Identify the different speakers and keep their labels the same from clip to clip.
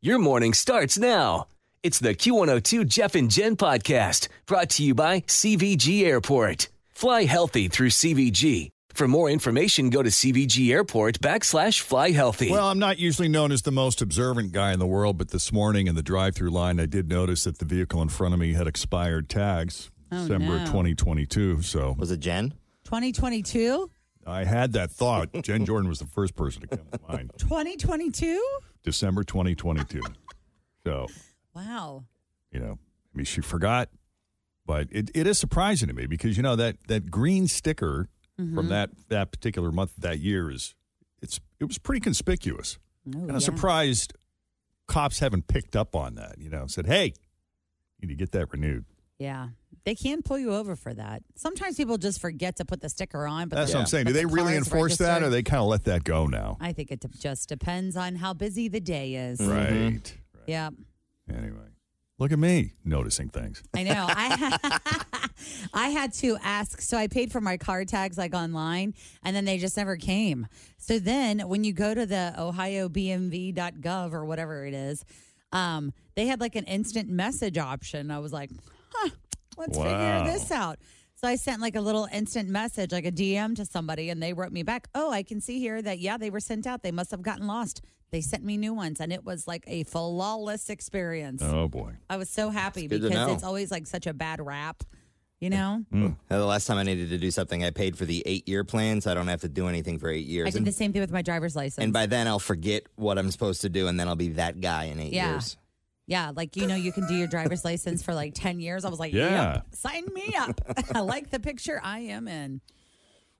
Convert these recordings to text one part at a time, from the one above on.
Speaker 1: Your morning starts now. It's the Q102 Jeff and Jen podcast brought to you by CVG Airport. Fly healthy through CVG. For more information, go to CVG Airport backslash fly healthy.
Speaker 2: Well, I'm not usually known as the most observant guy in the world, but this morning in the drive through line, I did notice that the vehicle in front of me had expired tags
Speaker 3: Oh,
Speaker 2: December
Speaker 3: no.
Speaker 2: 2022. So
Speaker 4: Was it Jen?
Speaker 3: 2022?
Speaker 2: I had that thought. Jen Jordan was the first person to come to mind.
Speaker 3: 2022?
Speaker 2: December 2022. So,
Speaker 3: Wow.
Speaker 2: you know, I mean, she forgot, but it, it is surprising to me because, you know, that, that green sticker
Speaker 3: Mm-hmm.
Speaker 2: from that, that particular month, that year is, it's, it was pretty conspicuous.
Speaker 3: Oh,
Speaker 2: And
Speaker 3: yeah.
Speaker 2: I'm surprised cops haven't picked up on that, you know, said, hey, you need to get that renewed.
Speaker 3: Yeah. They can pull you over for that. Sometimes people just forget to put the sticker on. But
Speaker 2: That's
Speaker 3: the-
Speaker 2: what I'm saying.
Speaker 3: but
Speaker 2: Do they
Speaker 3: the
Speaker 2: really
Speaker 3: car's
Speaker 2: enforce that or
Speaker 3: registered.
Speaker 2: they kind of let that go now?
Speaker 3: I think it de- just depends on how busy the day is.
Speaker 2: Right.
Speaker 3: Yeah.
Speaker 2: Anyway, look at me noticing things.
Speaker 3: I know. I I had to ask. So I paid for my car tags like online, and then they just never came. So then when you go to the OhioBMV.gov or whatever it is, um, they had like an instant message option. I was like, huh, let's
Speaker 2: Wow.
Speaker 3: figure this out. So I sent like a little instant message, like a DM to somebody, and they wrote me back, Oh, I can see here that, yeah, they were sent out. They must have gotten lost. They sent me new ones, and it was like a flawless experience.
Speaker 2: Oh, boy.
Speaker 3: I was so happy
Speaker 4: It's good to
Speaker 3: because
Speaker 4: know. Mm,
Speaker 3: it's always like such a bad rap, you know?
Speaker 4: Now, Uh, the last time I needed to do something, I paid for the eight year plan, so I don't have to do anything for eight
Speaker 3: I
Speaker 4: years.
Speaker 3: did
Speaker 4: And,
Speaker 3: the same thing with my driver's license.
Speaker 4: and by then, I'll forget what I'm supposed to do, and then I'll be that guy in eight
Speaker 3: Yeah.
Speaker 4: years.
Speaker 3: yeah, like you know, you can do your driver's license for like 10 years. I was like,
Speaker 2: Yeah.
Speaker 3: yeah, sign me up. I like the picture I am in.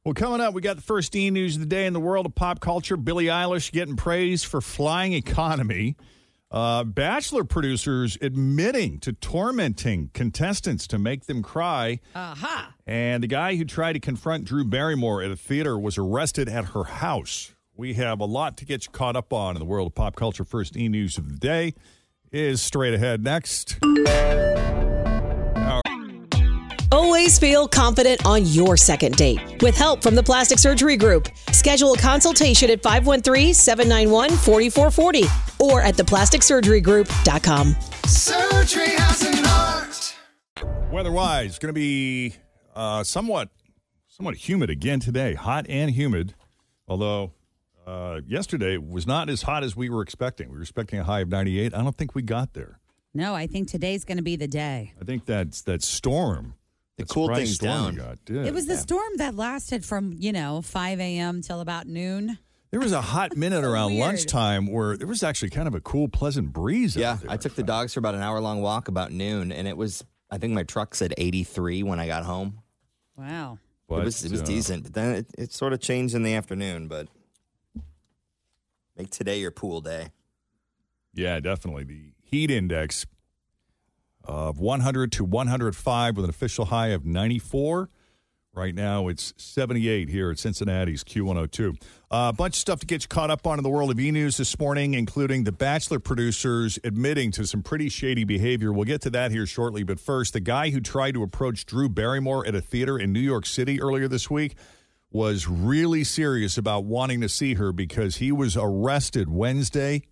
Speaker 2: Well, coming up, we got the first E news of the day in the world of pop culture. Billie Eilish getting praised for flying economy. Uh, bachelor producers admitting to tormenting contestants to make them cry.
Speaker 3: Aha.
Speaker 2: And the guy who tried to confront Drew Barrymore at a theater was arrested at her house. We have a lot to get you caught up on in the world of pop culture. First e news of the day is straight ahead next.
Speaker 5: Always feel confident on your second date. With help from the Plastic Surgery Group, schedule a consultation at 513 791 4440 or at theplasticsurgerygroup.com.
Speaker 6: Surgery has an art.
Speaker 2: Weather-wise, going to be uh, somewhat somewhat humid again today, hot and humid. Although uh, yesterday was not as hot as we were expecting. We were expecting a high of 98. I don't think we got there.
Speaker 3: No, I think today's going to be the day.
Speaker 2: I think that's that storm.
Speaker 4: It
Speaker 2: that
Speaker 4: cooled
Speaker 2: surprise
Speaker 4: things
Speaker 2: storm we
Speaker 4: down.
Speaker 2: got, did.
Speaker 3: It was the storm that lasted from, you know, 5 a.m. till about noon.
Speaker 2: There was a hot minute around
Speaker 3: weird.
Speaker 2: lunchtime where there was actually kind of a cool, pleasant breeze. out
Speaker 4: Yeah,
Speaker 2: there.
Speaker 4: I took the dogs for about an hour long walk about noon, and it was, I think my truck said 83 when I got home.
Speaker 3: Wow.
Speaker 2: But,
Speaker 4: it was, it was
Speaker 2: uh,
Speaker 4: decent, but then it, it sort of changed in the afternoon, but make today your pool day.
Speaker 2: Yeah, definitely. The heat index of 100 to 105 with an official high of 94. Right now, it's 78 here at Cincinnati's Q102. Uh, a bunch of stuff to get you caught up on in the world of e news this morning, including the Bachelor producers admitting to some pretty shady behavior. We'll get to that here shortly. But first, the guy who tried to approach Drew Barrymore at a theater in New York City earlier this week was really serious about wanting to see her because he was arrested Wednesday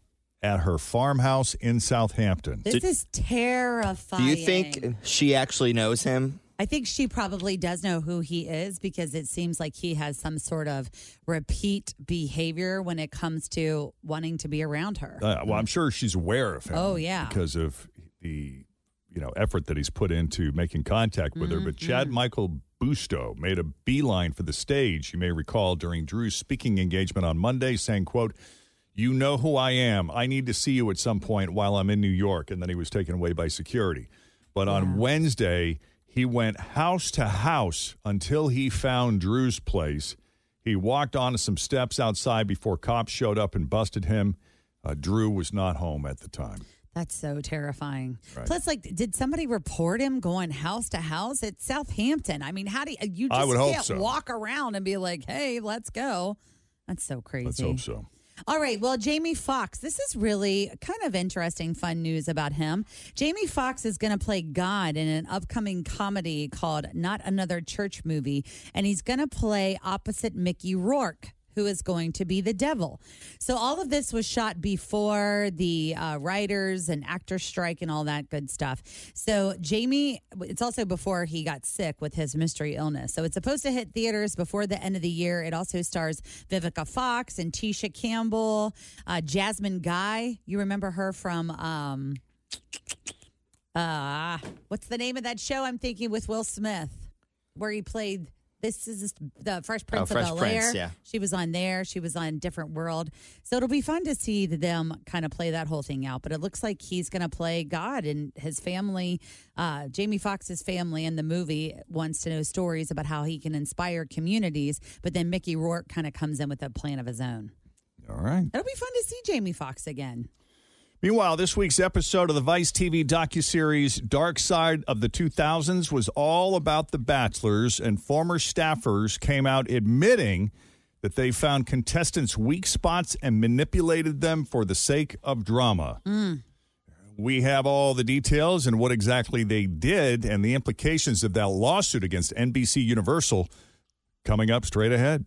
Speaker 2: at her farmhouse in Southampton.
Speaker 3: This is terrifying.
Speaker 4: Do you think she actually knows him?
Speaker 3: I think she probably does know who he is because it seems like he has some sort of repeat behavior when it comes to wanting to be around her.
Speaker 2: Uh, well, I'm sure she's aware of him.
Speaker 3: Oh, yeah.
Speaker 2: because of the you know effort that he's put into making contact with her.
Speaker 3: Mm-hmm,
Speaker 2: But Chad Michael Busto made a beeline for the stage. You may recall during Drew's speaking engagement on Monday, saying, "quote You know who I am. I need to see you at some point while I'm in New York." And then he was taken away by security. But on Wednesday, he went house to house until he found Drew's place. He walked onto some steps outside before cops showed up and busted him. Uh, Drew was not home at the time.
Speaker 3: That's so terrifying. Plus, like, did somebody report him going house to house at Southampton? I mean, how do you, you just
Speaker 2: I would hope
Speaker 3: can't
Speaker 2: so.
Speaker 3: walk around and be like, hey, let's go? That's so crazy.
Speaker 2: Let's hope so.
Speaker 3: All right. Well, Jamie Foxx, this is really kind of interesting, fun news about him. Jamie Foxx is going to play God in an upcoming comedy called Not Another Church Movie, and he's going to play opposite Mickey Rourke. Who is going to be the devil? So, all of this was shot before the uh, writers and actor strike and all that good stuff. So, Jamie, it's also before he got sick with his mystery illness. So, it's supposed to hit theaters before the end of the year. It also stars Vivica Fox and Tisha Campbell, uh, Jasmine Guy. You remember her from um, uh, what's the name of that show? I'm thinking with Will Smith, where he played. This is the Fresh Prince
Speaker 4: Oh, Fresh
Speaker 3: of Bel Air.
Speaker 4: Prince, yeah.
Speaker 3: She was on there. She was on Different World. So it'll be fun to see them kind of play that whole thing out. But it looks like he's going to play God and his family. Uh, Jamie Foxx's family in the movie wants to know stories about how he can inspire communities. But then Mickey Rourke kind of comes in with a plan of his own.
Speaker 2: All right.
Speaker 3: It'll be fun to see Jamie Foxx again.
Speaker 2: Meanwhile, this week's episode of the Vice TV docuseries Dark Side of the 2000s was all about the bachelors, and former staffers came out admitting that they found contestants' weak spots and manipulated them for the sake of drama. We have all the details and what exactly they did and the implications of that lawsuit against NBC Universal coming up straight ahead.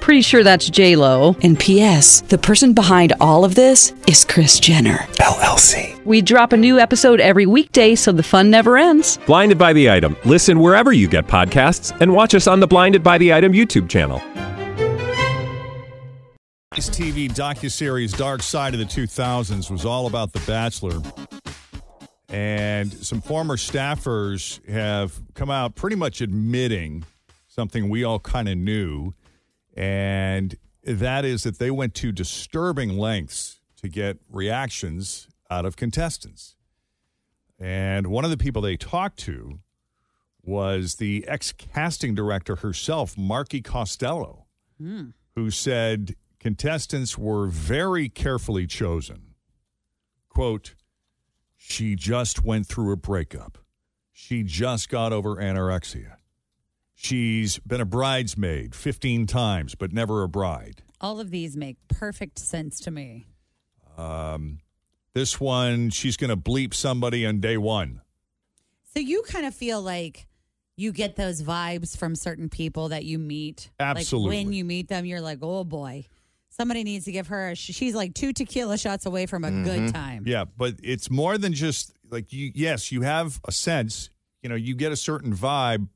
Speaker 7: Pretty sure that's J Lo.
Speaker 5: And P.S. The person behind all of this is Chris Jenner.
Speaker 8: LLC.
Speaker 7: We drop a new episode every weekday, so the fun never ends.
Speaker 8: Blinded by the item. Listen wherever you get podcasts, and watch us on the Blinded by the Item YouTube channel.
Speaker 2: This TV docuseries Dark Side of the 2000s was all about The Bachelor. And some former staffers have come out pretty much admitting something we all kind of knew. And that is that they went to disturbing lengths to get reactions out of contestants. And one of the people they talked to was the ex casting director herself, Marky Costello who said contestants were very carefully chosen. Quote, she just went through a breakup. She just got over anorexia. She's been a bridesmaid 15 times, but never a bride.
Speaker 3: All of these make perfect sense to me.
Speaker 2: Um, this one, she's going to bleep somebody on day one.
Speaker 3: So you kind of feel like you get those vibes from certain people that you meet.
Speaker 2: Absolutely.
Speaker 3: Like when you meet them, you're like, oh boy, somebody needs to give her. A sh- she's like two tequila shots away from a good time.
Speaker 2: Mm-hmm. Yeah, but it's more than just like you. Yes, you have a sense. You know, you get a certain vibe,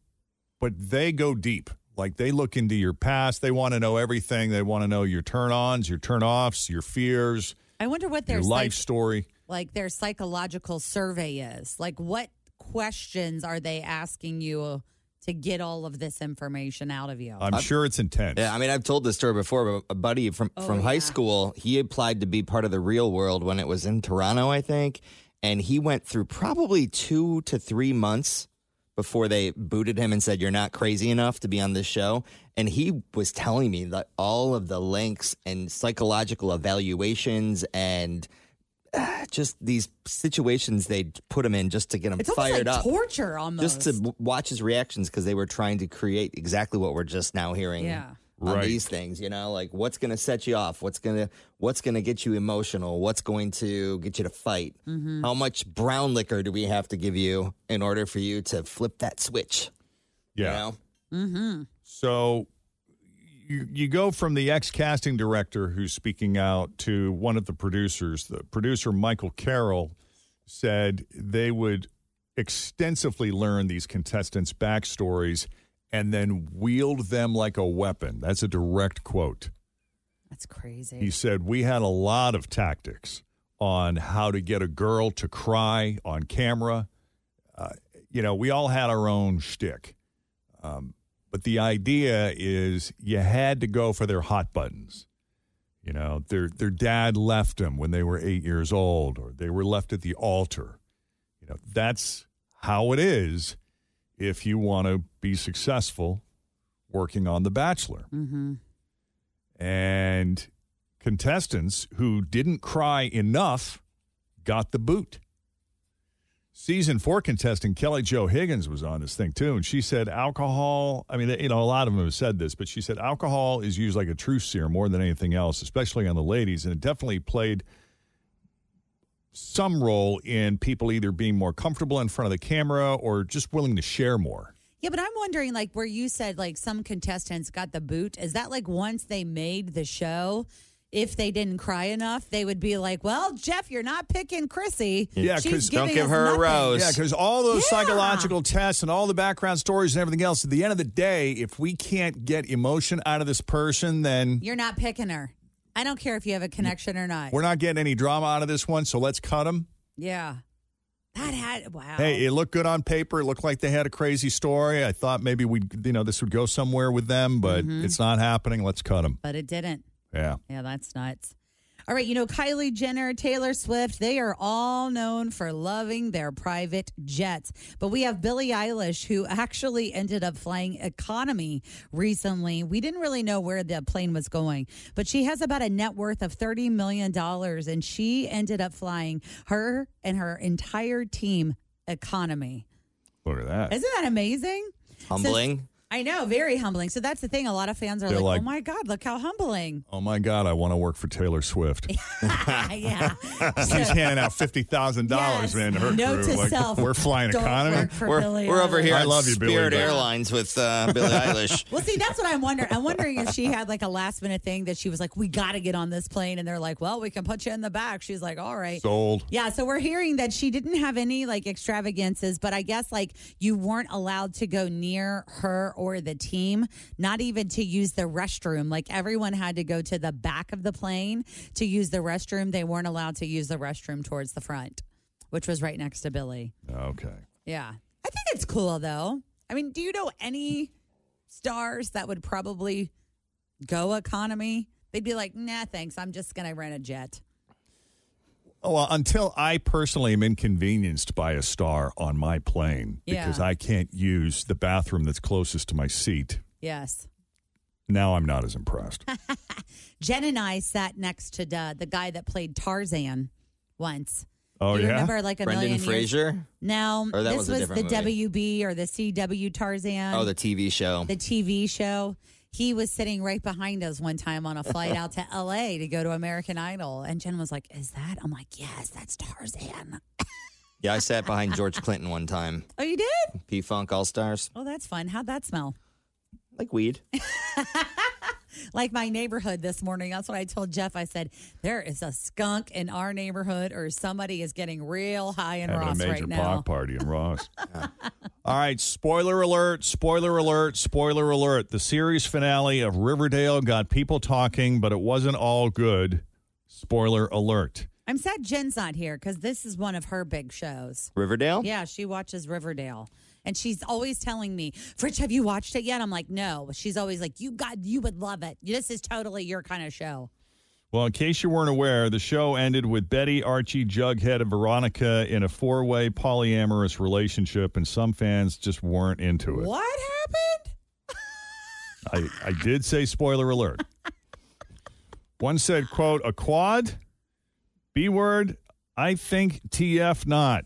Speaker 2: but they go deep. Like they look into your past. They want to know everything. They want to know your turn-ons, your turn-offs, your fears,
Speaker 3: I wonder what
Speaker 2: your
Speaker 3: their
Speaker 2: life
Speaker 3: psych-
Speaker 2: story.
Speaker 3: like their psychological survey is. Like what questions are they asking you to get all of this information out of you?
Speaker 2: I'm, sure it's intense.
Speaker 4: Yeah, I mean, I've told this story before, but a buddy from,
Speaker 3: Oh,
Speaker 4: from high school, he applied to be part of the real world when it was in Toronto, I think. And he went through probably two to three months before they booted him and said, You're not crazy enough to be on this show. And he was telling me that all of the links and psychological evaluations and ah, just these situations they put him in just to get him
Speaker 3: it's almost
Speaker 4: fired
Speaker 3: like
Speaker 4: up.
Speaker 3: torture almost.
Speaker 4: just to w- watch his reactions because they were trying to create exactly what we're just now hearing
Speaker 3: Yeah.
Speaker 4: on
Speaker 2: Right.
Speaker 4: these things, you know, like what's going to set you off, what's going to what's going to get you emotional, what's going to get you to fight.
Speaker 3: Mm-hmm.
Speaker 4: How much brown liquor do we have to give you in order for you to flip that switch?
Speaker 2: Yeah.
Speaker 4: You know?
Speaker 2: So you, you go from the ex casting director who's speaking out to one of the producers. The producer, Michael Carroll, said they would extensively learn these contestants' backstories and then wield them like a weapon. That's a direct quote.
Speaker 3: That's crazy.
Speaker 2: He said, We had a lot of tactics on how to get a girl to cry on camera. Uh, you know, we all had our own shtick. Um, but the idea is you had to go for their hot buttons. You know, their, their dad left them when they were eight years old, or they were left at the altar. You know, that's how it is if you want to be successful working on The Bachelor
Speaker 3: Mm-hmm.
Speaker 2: and contestants who didn't cry enough got the boot. Season four contestant Kelly Joe Higgins was on this thing too, and she said alcohol. I mean, you know, a lot of them have said this, but she said alcohol is used like a truth serum more than anything else, especially on the ladies, and it definitely played some role in people either being more comfortable in front of the camera or just willing to share more.
Speaker 3: Yeah, but I'm wondering, like, where you said, like, some contestants got the boot. Is that like once they made the show, if they didn't cry enough, they would be like, well, Jeff, you're not picking Chrissy.
Speaker 2: Yeah,
Speaker 3: She's
Speaker 2: 'cause
Speaker 4: don't give
Speaker 3: giving us
Speaker 4: her a
Speaker 3: nothing."
Speaker 4: rose.
Speaker 2: Yeah, because all those
Speaker 3: Yeah.
Speaker 2: psychological tests and all the background stories and everything else, at the end of the day, if we can't get emotion out of this person, then
Speaker 3: You're not picking her. I don't care if you have a connection or not.
Speaker 2: we're not getting any drama out of this one, so let's cut them.
Speaker 3: yeah. That had, wow.
Speaker 2: Hey, it looked good on paper. It looked like they had a crazy story. I thought maybe we'd, you know, this would go somewhere with them, but
Speaker 3: Mm-hmm.
Speaker 2: it's not happening. Let's cut them.
Speaker 3: but it didn't.
Speaker 2: Yeah.
Speaker 3: Yeah, that's nuts. All right, you know, Kylie Jenner, Taylor Swift, they are all known for loving their private jets. But we have Billie Eilish, who actually ended up flying economy recently. We didn't really know where the plane was going, but she has about a net worth of $30 million, and she ended up flying her and her entire team economy.
Speaker 2: Look at that.
Speaker 3: Isn't that amazing?
Speaker 4: Humbling.
Speaker 3: I know, very humbling. So that's the thing. A lot of fans are
Speaker 2: They're
Speaker 3: like,
Speaker 2: like-
Speaker 3: oh my God, look how humbling.
Speaker 2: Oh my God, I want to work for Taylor Swift.
Speaker 3: yeah.
Speaker 2: She's handing out fifty thousand dollars,
Speaker 3: Yes.
Speaker 2: man, to her
Speaker 3: Note
Speaker 2: crew.
Speaker 3: to
Speaker 2: Like,
Speaker 3: self,
Speaker 2: We're flying
Speaker 3: don't
Speaker 2: economy.
Speaker 3: work for
Speaker 4: we're,
Speaker 3: Billie
Speaker 4: we're over here
Speaker 2: I
Speaker 4: on
Speaker 2: love you, Billie,
Speaker 4: Spirit
Speaker 2: but-
Speaker 4: Airlines with uh, Billie Eilish.
Speaker 3: Well, see, that's what I'm wondering. I'm wondering if she had like a last minute thing that she was like, "We got to get on this plane," and they're like, "Well, we can put you in the back." She's like, "All right."
Speaker 2: Sold.
Speaker 3: yeah, so we're hearing that she didn't have any like extravagances, but I guess like you weren't allowed to go near her or the team, not even to use the restroom. Like everyone had to go to the back of the plane to use the restroom. They weren't allowed to use the restroom towards the front, which was right next to Billy.
Speaker 2: Okay.
Speaker 3: Yeah. I think it's cool though. I mean, do you know any stars that would probably go economy? They'd be like, nah, thanks. I'm just going to rent a jet.
Speaker 2: Oh, well, until I personally am inconvenienced by a star on my plane
Speaker 3: Yeah.
Speaker 2: because I can't use the bathroom that's closest to my seat,
Speaker 3: Yes.
Speaker 2: now I'm not as impressed.
Speaker 3: Jen and I sat next to the, the guy that played Tarzan once.
Speaker 2: Oh,
Speaker 3: You
Speaker 2: yeah?
Speaker 3: Remember like a
Speaker 4: Brendan
Speaker 3: million years.
Speaker 4: Fraser?
Speaker 3: No,
Speaker 4: Or that
Speaker 3: this
Speaker 4: was a
Speaker 3: was,
Speaker 4: different
Speaker 3: the
Speaker 4: movie.
Speaker 3: WB or the CW Tarzan.
Speaker 4: Oh, the TV show.
Speaker 3: the TV show. He was sitting right behind us one time on a flight out to LA to go to American Idol. And Jen was like, Is that? I'm like, Yes, that's Tarzan.
Speaker 4: yeah, I sat behind George Clinton one time.
Speaker 3: Oh, you did?
Speaker 4: P Funk All Stars.
Speaker 3: Oh, that's fun. How'd that smell?
Speaker 4: Like weed.
Speaker 3: Like my neighborhood this morning. That's what I told Jeff. I said, There is a skunk in our neighborhood, or somebody is getting real high in
Speaker 2: Having
Speaker 3: Ross
Speaker 2: a major
Speaker 3: right now.
Speaker 2: block party in Ross. All right, spoiler alert, spoiler alert, spoiler alert. The series finale of Riverdale got people talking, but it wasn't all good. Spoiler alert.
Speaker 3: I'm sad Jen's not here because this is one of her big shows.
Speaker 4: Riverdale?
Speaker 3: Yeah, she watches Riverdale. And she's always telling me, Fritch, have you watched it yet? I'm like, no. She's always like, you got, you would love it. This is totally your kind of show.
Speaker 2: Well, in case you weren't aware, the show ended with Betty, Archie, Jughead, and Veronica in a four way polyamorous relationship, and some fans just weren't into it.
Speaker 3: What happened?
Speaker 2: I, I did say spoiler alert. One said, quote, a quad, B word, I think TF not.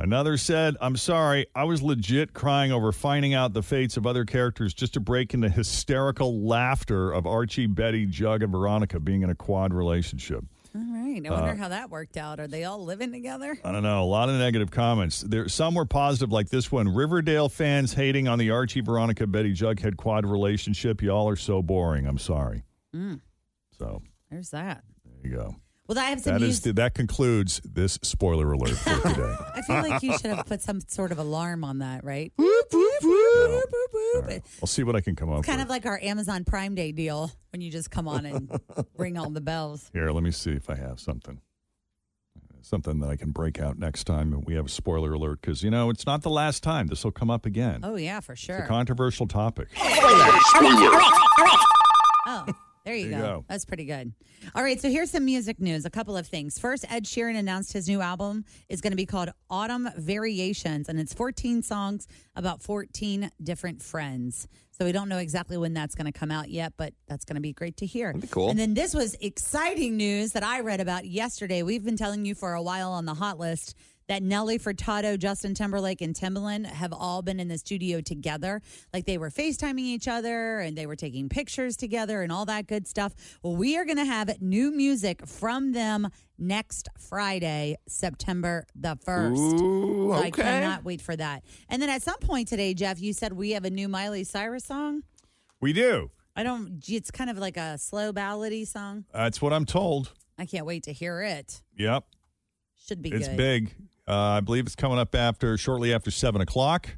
Speaker 2: Another said, I'm sorry, I was legit crying over finding out the fates of other characters just to break into hysterical laughter of Archie, Betty, Jug, and Veronica being in a quad relationship.
Speaker 3: All right. I
Speaker 2: Uh,
Speaker 3: wonder how that worked out. Are they all living together?
Speaker 2: I don't know. A lot of negative comments. There, some were positive, like this one. Riverdale fans hating on the Archie, Veronica, Betty, Jughead quad relationship. Y'all are so boring. I'm sorry.
Speaker 3: Mm.
Speaker 2: So
Speaker 3: There's that.
Speaker 2: there you go.
Speaker 3: Well, I have some
Speaker 2: That
Speaker 3: news.
Speaker 2: is that concludes this spoiler alert for today.
Speaker 3: I feel like you should have put some sort of alarm on that, right? Boop, boop, boop.
Speaker 2: All right. I'll see what I can come up
Speaker 3: It's kind
Speaker 2: with.
Speaker 3: of like our Amazon Prime Day deal when you just come on and ring all the bells.
Speaker 2: Here, let me see if I have something. Something that I can break out next time. and We have a spoiler alert because, you know, it's not the last time. This will come up again.
Speaker 3: Oh, yeah, for
Speaker 2: It's a
Speaker 3: sure.
Speaker 2: controversial topic.
Speaker 3: Oh, there you,
Speaker 2: There
Speaker 3: go.
Speaker 2: you go.
Speaker 3: That's pretty good. All right, so here's some music news. A couple of things. First, Ed Sheeran announced his new album is going to be called Autumn Variations, and it's 14 songs about 14 different friends. So we don't know exactly when that's going to come out yet, but that's going to be great to hear.
Speaker 4: That'd be cool.
Speaker 3: And then this was exciting news that I read about yesterday. We've been telling you for a while on the hot list that Nelly Furtado, Justin Timberlake, and Timbaland have all been in the studio together. Like they were FaceTiming each other and they were taking pictures together and all that good stuff. Well, we are going to have new music from them next Friday, September the 1st.
Speaker 4: Ooh,
Speaker 3: I cannot wait for that. And then at some point today, Jeff, you said we have a new Miley Cyrus song.
Speaker 2: We do.
Speaker 3: I don't, it's kind of like a slow ballady song.
Speaker 2: That's what I'm told.
Speaker 3: I can't wait to hear it.
Speaker 2: Yep.
Speaker 3: Should be
Speaker 2: It's
Speaker 3: good.
Speaker 2: big. Uh, I believe it's coming up after shortly after seven o'clock.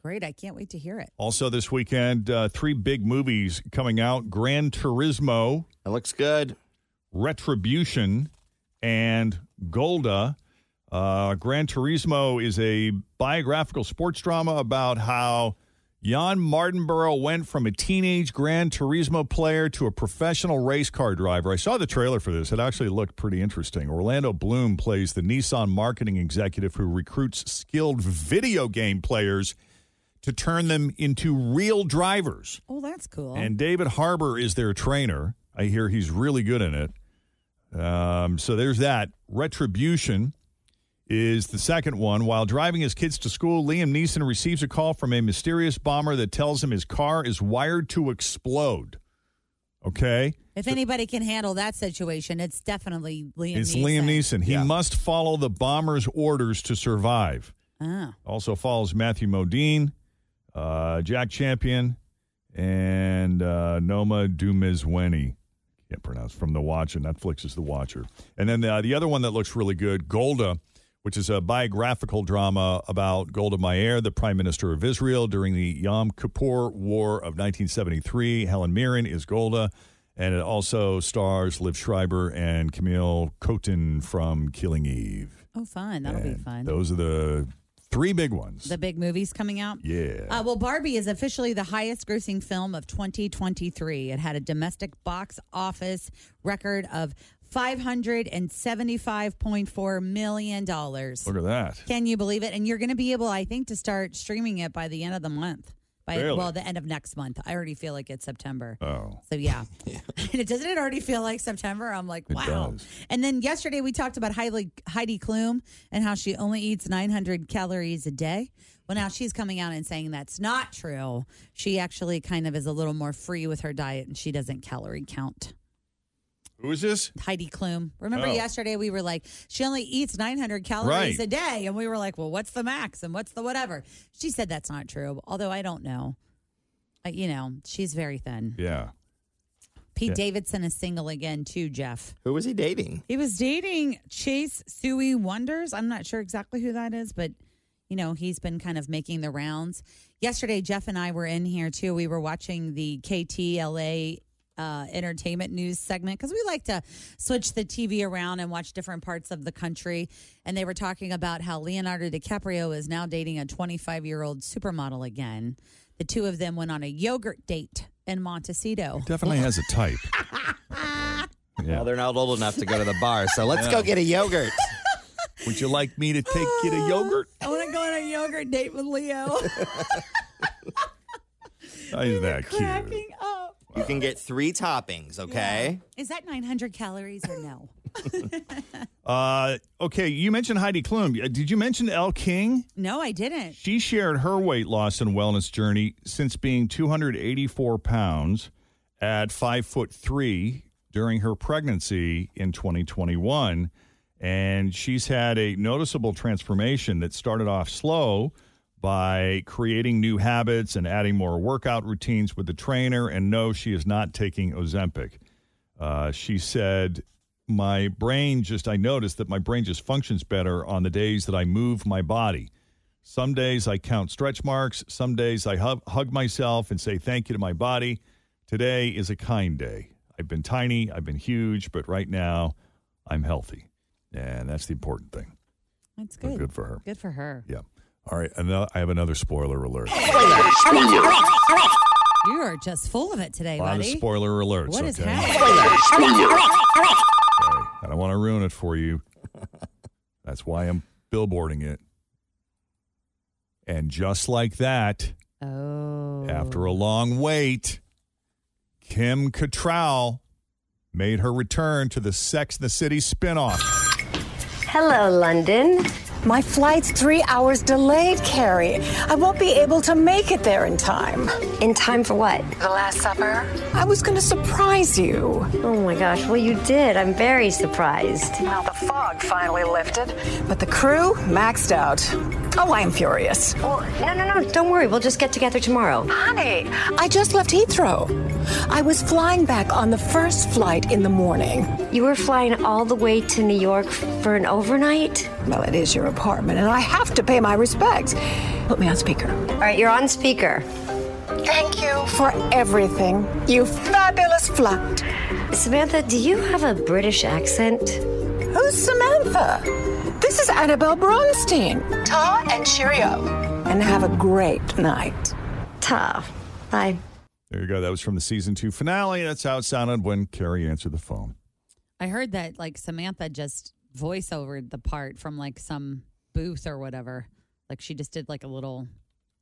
Speaker 3: Great. I can't wait to hear it.
Speaker 2: Also, this weekend, uh, three big movies coming out Gran Turismo,
Speaker 4: That looks good.
Speaker 2: Retribution, and Golda. Uh, Gran Turismo is a biographical sports drama about how Jan Martinborough went from a teenage Gran Turismo player to a professional race car driver. I saw the trailer for this. It actually looked pretty interesting. Orlando Bloom plays the Nissan marketing executive who recruits skilled video game players to turn them into real drivers.
Speaker 3: Oh, that's cool.
Speaker 2: And David Harbour is their trainer. I hear he's really good in it. Um, so there's that. Retribution is the second one. While driving his kids to school, Liam Neeson receives a call from a mysterious bomber that tells him his car is wired to explode. Okay?
Speaker 3: if anybody can handle that situation, it's definitely Liam
Speaker 2: it's
Speaker 3: Neeson.
Speaker 2: Liam Neeson. He
Speaker 4: Yeah.
Speaker 2: must follow the bomber's orders to survive.
Speaker 3: Oh.
Speaker 2: Also follows Matthew Modine, uh, Jack Champion, and uh, Noma Dumizweni. Can't pronounce from The Watcher. Netflix is The Watcher. And then uh, the, the other one that looks really good, Golda, which is a biographical drama about Golda Meir, the Prime Minister of Israel during the Yom Kippur War of 1973. Helen Mirren is Golda. And it also stars Liv Schreiber and Camille Cotin from Killing Eve.
Speaker 3: Oh, fun. That'll be
Speaker 2: And
Speaker 3: fun.
Speaker 2: Those are the three big ones.
Speaker 3: the big movies coming out.
Speaker 2: yeah.
Speaker 3: Uh, well, Barbie is officially the highest grossing film of 2023. It had a domestic box office record of $575.4 million.
Speaker 2: Look at that.
Speaker 3: Can you believe it? And you're going to be able, I think, to start streaming it by the end of the month. By
Speaker 2: Really?
Speaker 3: well, the end of next month. I already feel like it's September.
Speaker 2: Oh.
Speaker 3: So yeah, and it doesn't it already feel like September? I'm like,
Speaker 2: It
Speaker 3: wow.
Speaker 2: does.
Speaker 3: And then yesterday we talked about Heidi, Heidi Klum and how she only eats 900 calories a day. Well, now she's coming out and saying that's not true. She actually kind of is a little more free with her diet, and she doesn't calorie count.
Speaker 2: Who is this?
Speaker 3: Heidi Klum. Remember
Speaker 2: Oh.
Speaker 3: yesterday we were like, she only eats 900
Speaker 2: Right.
Speaker 3: calories a day. And we were like, well, what's the max and what's the whatever? She said that's not true, although I don't know. Uh, you know, she's very thin.
Speaker 2: Yeah.
Speaker 3: Pete Davidson is single again, too, Jeff.
Speaker 4: Who was he dating?
Speaker 3: He was dating Chase Suey Wonders. I'm not sure exactly who that is, but you know, he's been kind of making the rounds. Yesterday, Jeff and I were in here too. We were watching the KTLA uh, entertainment news segment because we like to switch the TV around and watch different parts of the country. And they were talking about how Leonardo DiCaprio is now dating a 25 year old supermodel again. The two of them went on a yogurt date in Montecito.
Speaker 2: Definitely has a type.
Speaker 4: Well, they're not old enough to go to the bar, so let's go get a yogurt.
Speaker 2: Would you like me to take you to yogurt?
Speaker 3: I want to go on a yogurt date with Leo.
Speaker 2: Isn't that cute?
Speaker 3: cracking up.
Speaker 4: You can get three toppings, okay?
Speaker 3: Is that 900 calories or no?
Speaker 2: Uh, okay, you mentioned Heidi Klum. Uh, Did you mention Elle King?
Speaker 3: No, I didn't.
Speaker 2: She shared her weight loss and wellness journey since being 284 pounds at five foot three during her pregnancy in 2021. And she's had a noticeable transformation that started off slow by creating new habits and adding more workout routines with the trainer. And no, she is not taking Ozempic. Uh, she said, My brain just, I noticed that my brain just functions better on the days that I move my body. Some days I count stretch marks. Some days I hug, hug myself and say thank you to my body. Today is a kind day. I've been tiny, I've been huge, but right now I'm healthy. And that's the important thing.
Speaker 3: That's
Speaker 2: So
Speaker 3: good.
Speaker 2: good for her.
Speaker 3: Good for her.
Speaker 2: Yeah. All right. Another, I have another spoiler alert.
Speaker 3: You are just full of it today,
Speaker 2: A lot of
Speaker 3: buddy.
Speaker 2: spoiler alerts.
Speaker 3: What is
Speaker 2: okay?
Speaker 3: happening?
Speaker 2: Okay. I don't want to ruin it for you. That's why I'm billboarding it. And just like that,
Speaker 3: Oh.
Speaker 2: after a long wait, Kim Cattrall made her return to the Sex and the City spinoff.
Speaker 9: Hello, London. My flight's three hours delayed, Carrie. I won't be able to make it there in time. In time for what? The Last Supper. I was going to surprise you. Oh my gosh, well, you did. I'm very surprised. Now the fog finally lifted, but the crew maxed out. Oh, I am furious. Well, no, no, no, don't worry. We'll just get together tomorrow. Honey, I just left Heathrow. I was flying back on the first flight in the morning. You were flying all the way to New York for an overnight? Well, it is your apartment, and I have to pay my respects. Put me on speaker. All right, you're on speaker. Thank you for everything, you fabulous flight. Samantha, do you have a British accent? Who's Samantha? This is Annabelle Bronstein. Ta and cheerio. And have a great night. Ta. Bye.
Speaker 2: There you go. That was from the season two finale. That's how it sounded when Carrie answered the phone.
Speaker 3: I heard that like Samantha just voiceovered the part from like some booth or whatever. Like she just did like a little.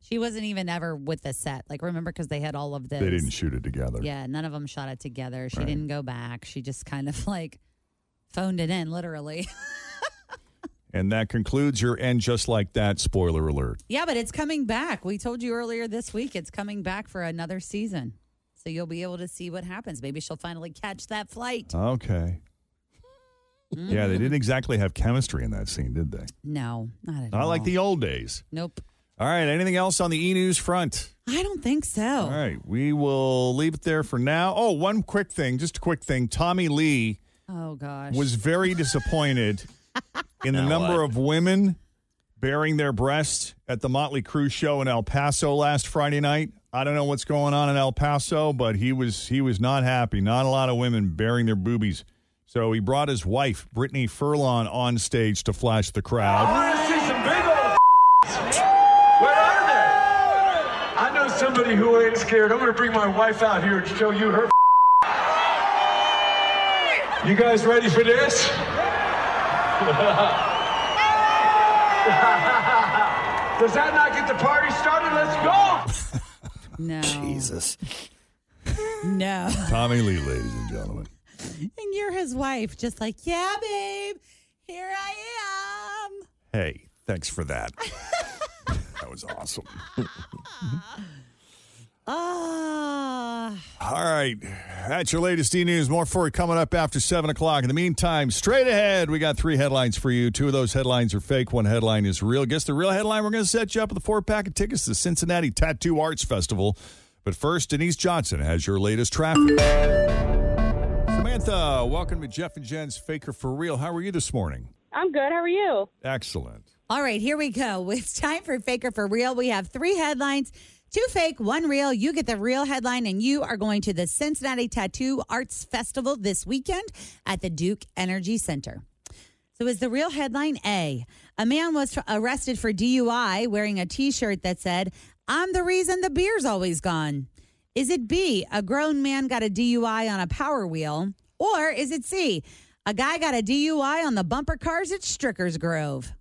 Speaker 3: She wasn't even ever with the set. Like remember because they had all of this.
Speaker 2: They didn't shoot it together.
Speaker 3: Yeah, none of them shot it together. She
Speaker 2: Right.
Speaker 3: didn't go back. She just kind of like phoned it in, literally.
Speaker 2: And that concludes your end just like that spoiler alert.
Speaker 3: yeah, but it's coming back. We told you earlier this week it's coming back for another season. So you'll be able to see what happens. Maybe she'll finally catch that flight.
Speaker 2: Okay.
Speaker 3: Mm.
Speaker 2: Yeah, they didn't exactly have chemistry in that scene, did they?
Speaker 3: No, not at all.
Speaker 2: Not like the old days.
Speaker 3: Nope.
Speaker 2: All right. Anything else on the e news front?
Speaker 3: I don't think so.
Speaker 2: All right. We will leave it there for now. Oh, one quick thing, just a quick thing. Tommy Lee
Speaker 3: Oh gosh.
Speaker 2: was very disappointed in the
Speaker 4: Now
Speaker 2: number
Speaker 4: what?
Speaker 2: of women bearing their breasts at the Motley Crue show in El Paso last Friday night. I don't know what's going on in El Paso, but he was he was not happy. Not a lot of women bearing their boobies. So he brought his wife, Brittany Furlon, on stage to flash the crowd.
Speaker 6: Where are they? I know somebody who ain't scared. I'm gonna bring my wife out here and show you her. You guys ready for this? Does that not get the party started? Let's go!
Speaker 3: No.
Speaker 4: Jesus.
Speaker 3: No.
Speaker 2: Tommy Lee, ladies and gentlemen.
Speaker 3: And you're his wife, just like, yeah, babe, here I am.
Speaker 2: Hey, thanks for that. that was awesome.
Speaker 3: Ah.
Speaker 2: All right. That's your latest e news. More for you coming up after 7 o'clock. In the meantime, straight ahead, we got three headlines for you. Two of those headlines are fake, one headline is real. Guess the real headline. We're going to set you up with a four pack of tickets to the Cincinnati Tattoo Arts Festival. But first, Denise Johnson has your latest traffic. Samantha, welcome to Jeff and Jen's Faker for Real. How are you this morning?
Speaker 10: I'm good. How are you?
Speaker 2: Excellent.
Speaker 3: All right, here we go. It's time for Faker for Real. We have three headlines two fake, one real. You get the real headline, and you are going to the Cincinnati Tattoo Arts Festival this weekend at the Duke Energy Center. So, is the real headline A? A man was arrested for DUI wearing a t shirt that said, I'm the reason the beer's always gone. Is it B? A grown man got a DUI on a power wheel? Or is it C? A guy got a DUI on the bumper cars at Stricker's Grove?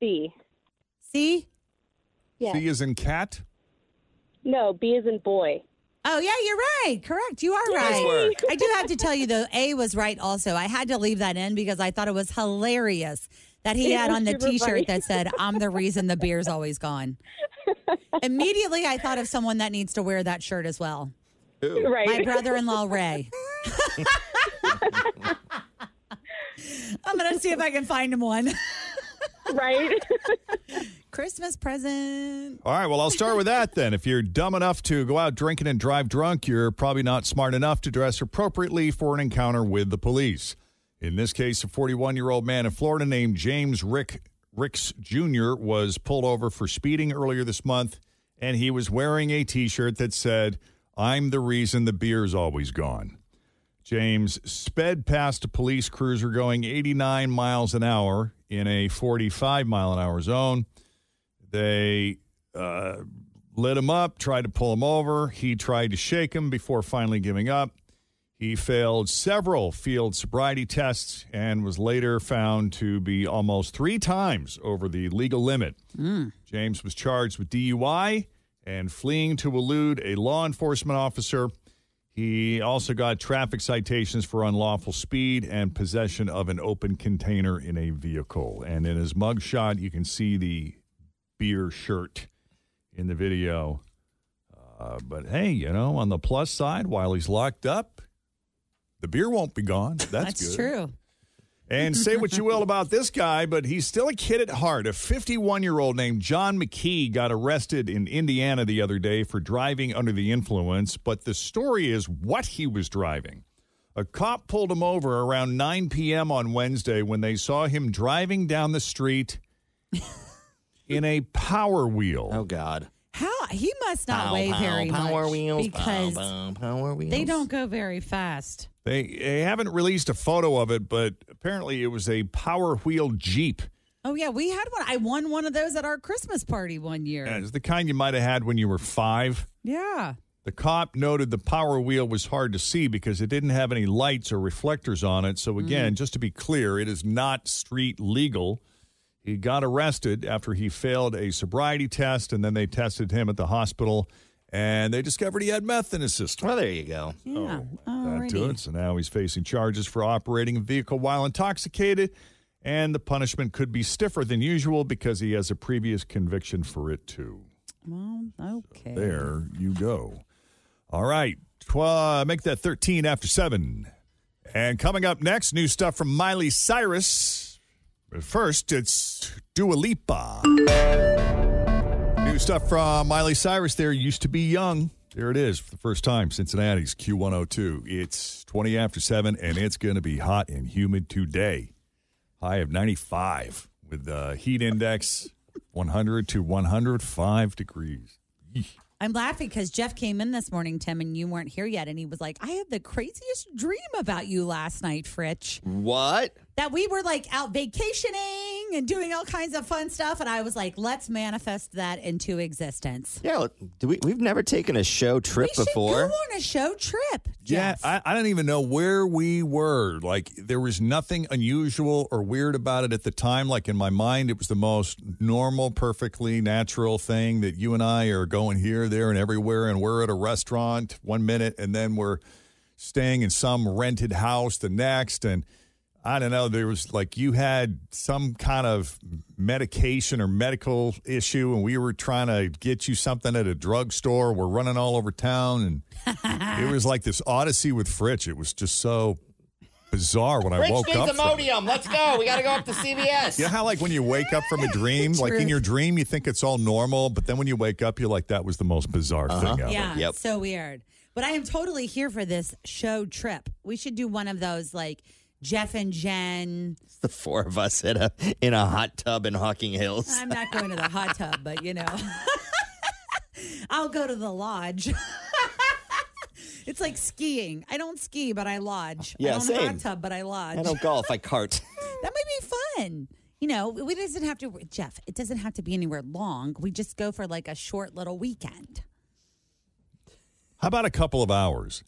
Speaker 10: B.
Speaker 3: C?
Speaker 10: Yeah.
Speaker 2: C is in cat.
Speaker 10: No, B is in boy.
Speaker 3: Oh yeah, you're right. Correct. You are
Speaker 4: Yay. Nice
Speaker 3: right.
Speaker 4: work.
Speaker 3: I do have to tell you though, A was right also. I had to leave that in because I thought it was hilarious that he
Speaker 10: It
Speaker 3: had
Speaker 10: was
Speaker 3: on the
Speaker 10: super
Speaker 3: t-shirt
Speaker 10: funny.
Speaker 3: that said, "I'm the reason the beer's always gone." Immediately I thought of someone that needs to wear that shirt as well.
Speaker 4: Who?
Speaker 3: My brother-in-law Ray. I'm gonna see if I can find him one.
Speaker 10: right.
Speaker 3: Christmas present.
Speaker 2: All right, well, I'll start with that then. If you're dumb enough to go out drinking and drive drunk, you're probably not smart enough to dress appropriately for an encounter with the police. In this case, a 41 year old man in Florida named James Rick Ricks Jr. was pulled over for speeding earlier this month, and he was wearing a t shirt that said, I'm the reason the beer's always gone. James sped past a police cruiser going 89 miles an hour in a 45 mile an hour zone. They uh, lit him up, tried to pull him over. He tried to shake him before finally giving up. He failed several field sobriety tests and was later found to be almost three times over the legal limit. James was charged with DUI and fleeing to elude a law enforcement officer. He also got traffic citations for unlawful speed and possession of an open container in a vehicle. And in his mugshot, you can see the beer shirt in the video. Uh, but hey, you know, on the plus side, while he's locked up, the beer won't be gone. That's,
Speaker 3: That's
Speaker 2: good.
Speaker 3: true.
Speaker 2: And say what you will about this guy, but he's still a kid at heart. A 51 year old named John McKee got arrested in Indiana the other day for driving under the influence, but the story is what he was driving. A cop pulled him over around 9 p.m. on Wednesday when they saw him driving down the street in a power wheel.
Speaker 4: Oh God!
Speaker 3: How he must not weigh very
Speaker 4: power
Speaker 3: much
Speaker 4: wheels, pow,
Speaker 3: because
Speaker 4: pow, power wheels.
Speaker 3: they don't go very fast.
Speaker 2: They, they haven't released a photo of it, but apparently it was a power wheel Jeep.
Speaker 3: Oh yeah, we had one. I won one of those at our Christmas party one year.
Speaker 2: Yeah, It's the kind you might have had when you were five.
Speaker 3: Yeah.
Speaker 2: The cop noted the power wheel was hard to see because it didn't have any lights or reflectors on it.
Speaker 3: Mm-hmm.
Speaker 2: So, again, just to be clear, it is not street legal. He got arrested after he failed a sobriety test, and then they tested him at the hospital, and they discovered he had meth in his system.
Speaker 4: Well, there you go.
Speaker 3: Yeah.
Speaker 2: Oh, That
Speaker 3: Alrighty.
Speaker 2: do it. So now he's facing charges for operating a vehicle while intoxicated, and the punishment could be stiffer than usual because he has a previous conviction for it, too.
Speaker 3: Well, okay.
Speaker 2: There you go. All right. Tw- make that 13 after 7. And coming up next, new stuff from Miley Cyrus. But first, it's Dua Lipa. New stuff from Miley Cyrus there. Used to be young. There it is for the first time. Cincinnati's Q102. It's 20 after 7, and it's going to be hot and humid today. High of 95 with the heat index 100 to 105 degrees.
Speaker 3: I'm laughing because Jeff came in this morning, Tim, and you weren't here yet, and he was like, "I had the craziest dream about you last night, Fritch.
Speaker 4: What?
Speaker 3: That we were like out vacationing and doing all kinds of fun stuff." And I was like, "Let's manifest that into existence."
Speaker 4: Yeah, look, do we, we've never taken a show trip
Speaker 3: we
Speaker 4: before.
Speaker 3: should go on a show trip.
Speaker 2: Yeah, I, I don't even know where we were. Like, there was nothing unusual or weird about it at the time. Like, in my mind, it was the most normal, perfectly natural thing that you and I are going here, there, and everywhere. And we're at a restaurant one minute, and then we're staying in some rented house the next. And I don't know, there was like you had some kind of medication or medical issue, and we were trying to get you something at a drugstore. We're running all over town and it was like this odyssey with Fritch. It was just so bizarre when I woke up. from it.
Speaker 4: Let's go. We got to go up to CBS.
Speaker 2: You know how like when you wake up from a dream, like in
Speaker 3: Truth.
Speaker 2: your dream you think it's all normal, but then when you wake up you're like that was the most bizarre
Speaker 4: Uh-huh.
Speaker 2: thing ever.
Speaker 3: Yeah,
Speaker 4: Yep.
Speaker 3: so weird. But I am totally here for this show trip. We should do one of those like Jeff and Jen.
Speaker 4: The four of us in a in a hot tub in Hawking Hills.
Speaker 3: I'm not going to the hot tub, but you know, I'll go to the lodge. it's like skiing. I don't ski, but I lodge.
Speaker 4: Yeah,
Speaker 3: I don't
Speaker 4: same.
Speaker 3: hot tub, but I lodge.
Speaker 4: I don't golf. I cart.
Speaker 3: That might be fun. You know, we doesn't have to Jeff. It doesn't have to be anywhere long. We just go for like a short little weekend.
Speaker 2: How about a couple of hours?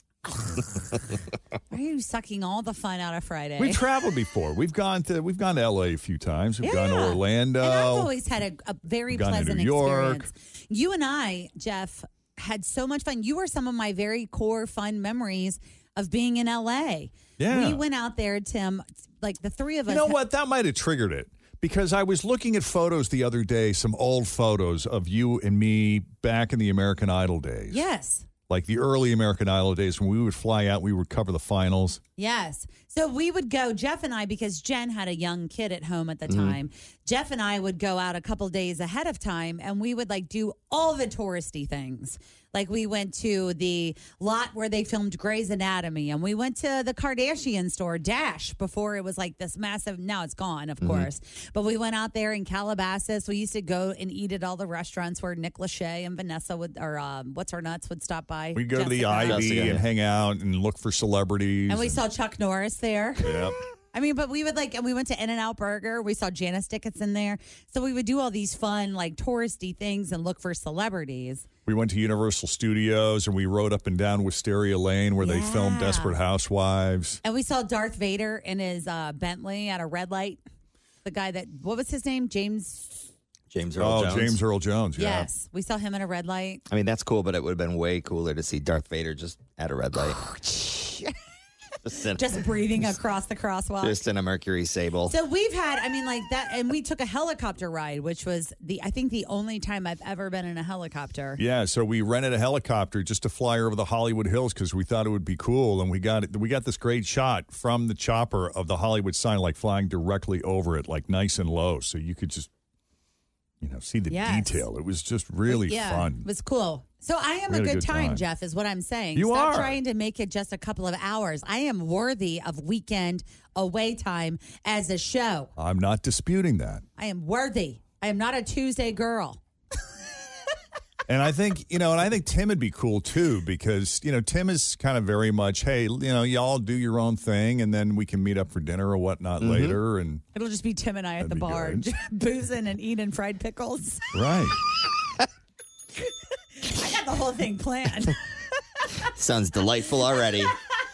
Speaker 3: Are you sucking all the fun out of Friday?
Speaker 2: We've traveled before. We've gone to we've gone to LA a few times. We've gone to
Speaker 3: Yeah.
Speaker 2: Orlando.
Speaker 3: And I've always had a, a very
Speaker 2: We've gone to
Speaker 3: pleasant
Speaker 2: New York.
Speaker 3: experience. You and I, Jeff, had so much fun. You were some of my very core fun memories of being in LA.
Speaker 2: Yeah.
Speaker 3: We went out there, Tim, like the three of us.
Speaker 2: You know what? That might have triggered it because I was looking at photos the other day, some old photos of you and me back in the American Idol days,
Speaker 3: Yes.
Speaker 2: like the early American Idol days when we would fly out, we would cover the finals.
Speaker 3: Yes. So we would go, Jeff and I, because Jen had a young kid at home at the
Speaker 2: Mhm.
Speaker 3: time. Jeff and I would go out a couple days ahead of time and we would like do all the touristy things. Like we went to the lot where they filmed Grey's Anatomy and we went to the Kardashian store, Dash, before it was like this massive, now it's gone, of
Speaker 2: Mm-hmm.
Speaker 11: Mhm.
Speaker 3: course. But we went out there in Calabasas. We used to go and eat at all the restaurants where Nick Lachey and Vanessa would, or um, what's her nuts, would stop by.
Speaker 2: We'd go to the
Speaker 3: Jessica.
Speaker 2: Ivy and hang out and look for celebrities.
Speaker 3: And we saw Chuck Norris there.
Speaker 2: Yep.
Speaker 3: I mean, but we would like, and we went to In and Out Burger. We saw Janice Dickinson there. So we would do all these fun, like touristy things and look for celebrities.
Speaker 2: We went to Universal Studios and we rode up and down Wisteria Lane where they filmed Desperate Housewives.
Speaker 3: And we saw Darth Vader in his uh, Bentley at a red light. The guy that, what was his name? James.
Speaker 4: James Earl
Speaker 2: oh,
Speaker 4: Jones.
Speaker 2: James Earl Jones. Yeah.
Speaker 3: Yes. We saw him in a red light.
Speaker 4: I mean, that's cool, but it would have been way cooler to see Darth Vader just at a red light. just, in,
Speaker 3: Just breathing across the crosswalk.
Speaker 4: just in a Mercury Sable.
Speaker 3: So we've had, I mean, like that, and we took a helicopter ride, which was the, I think, the only time I've ever been in a helicopter.
Speaker 2: Yeah, so we rented a helicopter just to fly over the Hollywood Hills because we thought it would be cool, and we got it. We got this great shot from the chopper of the Hollywood sign, like flying directly over it, like nice and low, so you could just, you know, see the
Speaker 3: Yes.
Speaker 2: detail. It was just really
Speaker 3: yeah,
Speaker 2: fun.
Speaker 3: It was cool. So I am
Speaker 2: We
Speaker 3: a
Speaker 2: had
Speaker 3: good, time, Jeff, is what I'm saying.
Speaker 2: You
Speaker 3: Stop
Speaker 2: are.
Speaker 3: trying to make it just a couple of hours. I am worthy of weekend away time as a show.
Speaker 2: I'm not disputing that,
Speaker 3: I am worthy. I am not a Tuesday girl.
Speaker 2: and I think you know, and I think Tim would be cool too because you know Tim is kind of very much, hey, you know, y'all do your own thing, and then we can meet up for dinner or whatnot
Speaker 3: Mhm.
Speaker 2: later, and
Speaker 3: It'll just be Tim and I at the bar,
Speaker 2: good.
Speaker 3: boozing and eating fried pickles.
Speaker 2: right.
Speaker 3: I got the whole thing planned.
Speaker 4: Sounds delightful already.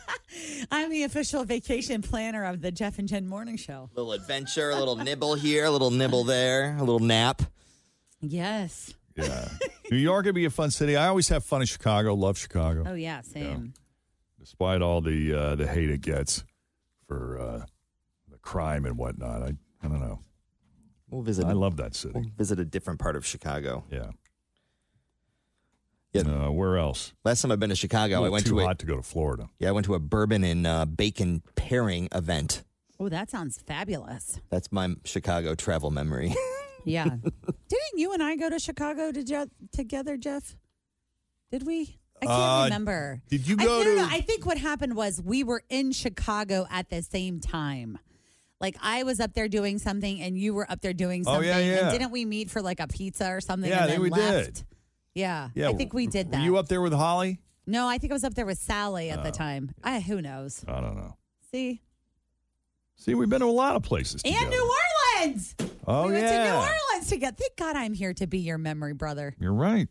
Speaker 3: I'm the official vacation planner of the Jeff and Jen Morning Show.
Speaker 4: little adventure, a little nibble here, a little nibble there, a little nap.
Speaker 3: Yes.
Speaker 2: Yeah. New York would be a fun city. I always have fun in Chicago. Love Chicago,
Speaker 3: Oh yeah, same.
Speaker 2: despite all the uh, the hate it gets for uh, the crime and whatnot. I, I don't know.
Speaker 4: We'll visit.
Speaker 2: I love that city.
Speaker 4: We'll visit a different part of Chicago.
Speaker 2: Yeah.
Speaker 4: Yeah.
Speaker 2: Uh, where else?
Speaker 4: Last time I've been to Chicago, I
Speaker 2: Little
Speaker 4: went
Speaker 2: too
Speaker 4: to a,
Speaker 2: hot to go to Florida.
Speaker 4: Yeah, I went to a bourbon and uh, bacon pairing event.
Speaker 3: Oh, that sounds fabulous.
Speaker 4: That's my Chicago travel memory.
Speaker 3: Yeah. Didn't you and I go to Chicago to Je- together, Jeff? Did we? I can't
Speaker 2: Uh,
Speaker 3: remember.
Speaker 2: did you
Speaker 3: I-
Speaker 2: go
Speaker 3: no, no, no,
Speaker 2: to-
Speaker 3: I think what happened was we were in Chicago at the same time. Like I was up there doing something, and you were up there doing
Speaker 2: Oh,
Speaker 3: something.
Speaker 2: yeah, yeah.
Speaker 3: And didn't we meet for like a pizza or something?
Speaker 2: yeah, I
Speaker 3: and
Speaker 2: think
Speaker 3: then
Speaker 2: we
Speaker 3: left?
Speaker 2: did.
Speaker 3: Yeah,
Speaker 2: Yeah,
Speaker 3: I think we did
Speaker 2: Were
Speaker 3: that.
Speaker 2: you up there with Holly?
Speaker 3: no, I think I was up there with Sally at the
Speaker 2: Oh,
Speaker 3: time. I who knows?
Speaker 2: I don't know.
Speaker 3: See,
Speaker 2: See, we've been to a lot of places.
Speaker 3: and
Speaker 2: together.
Speaker 3: New Orleans.
Speaker 2: Oh
Speaker 3: we went
Speaker 2: yeah.
Speaker 3: to New Orleans together. Thank God I'm here to be your memory brother.
Speaker 2: You're right.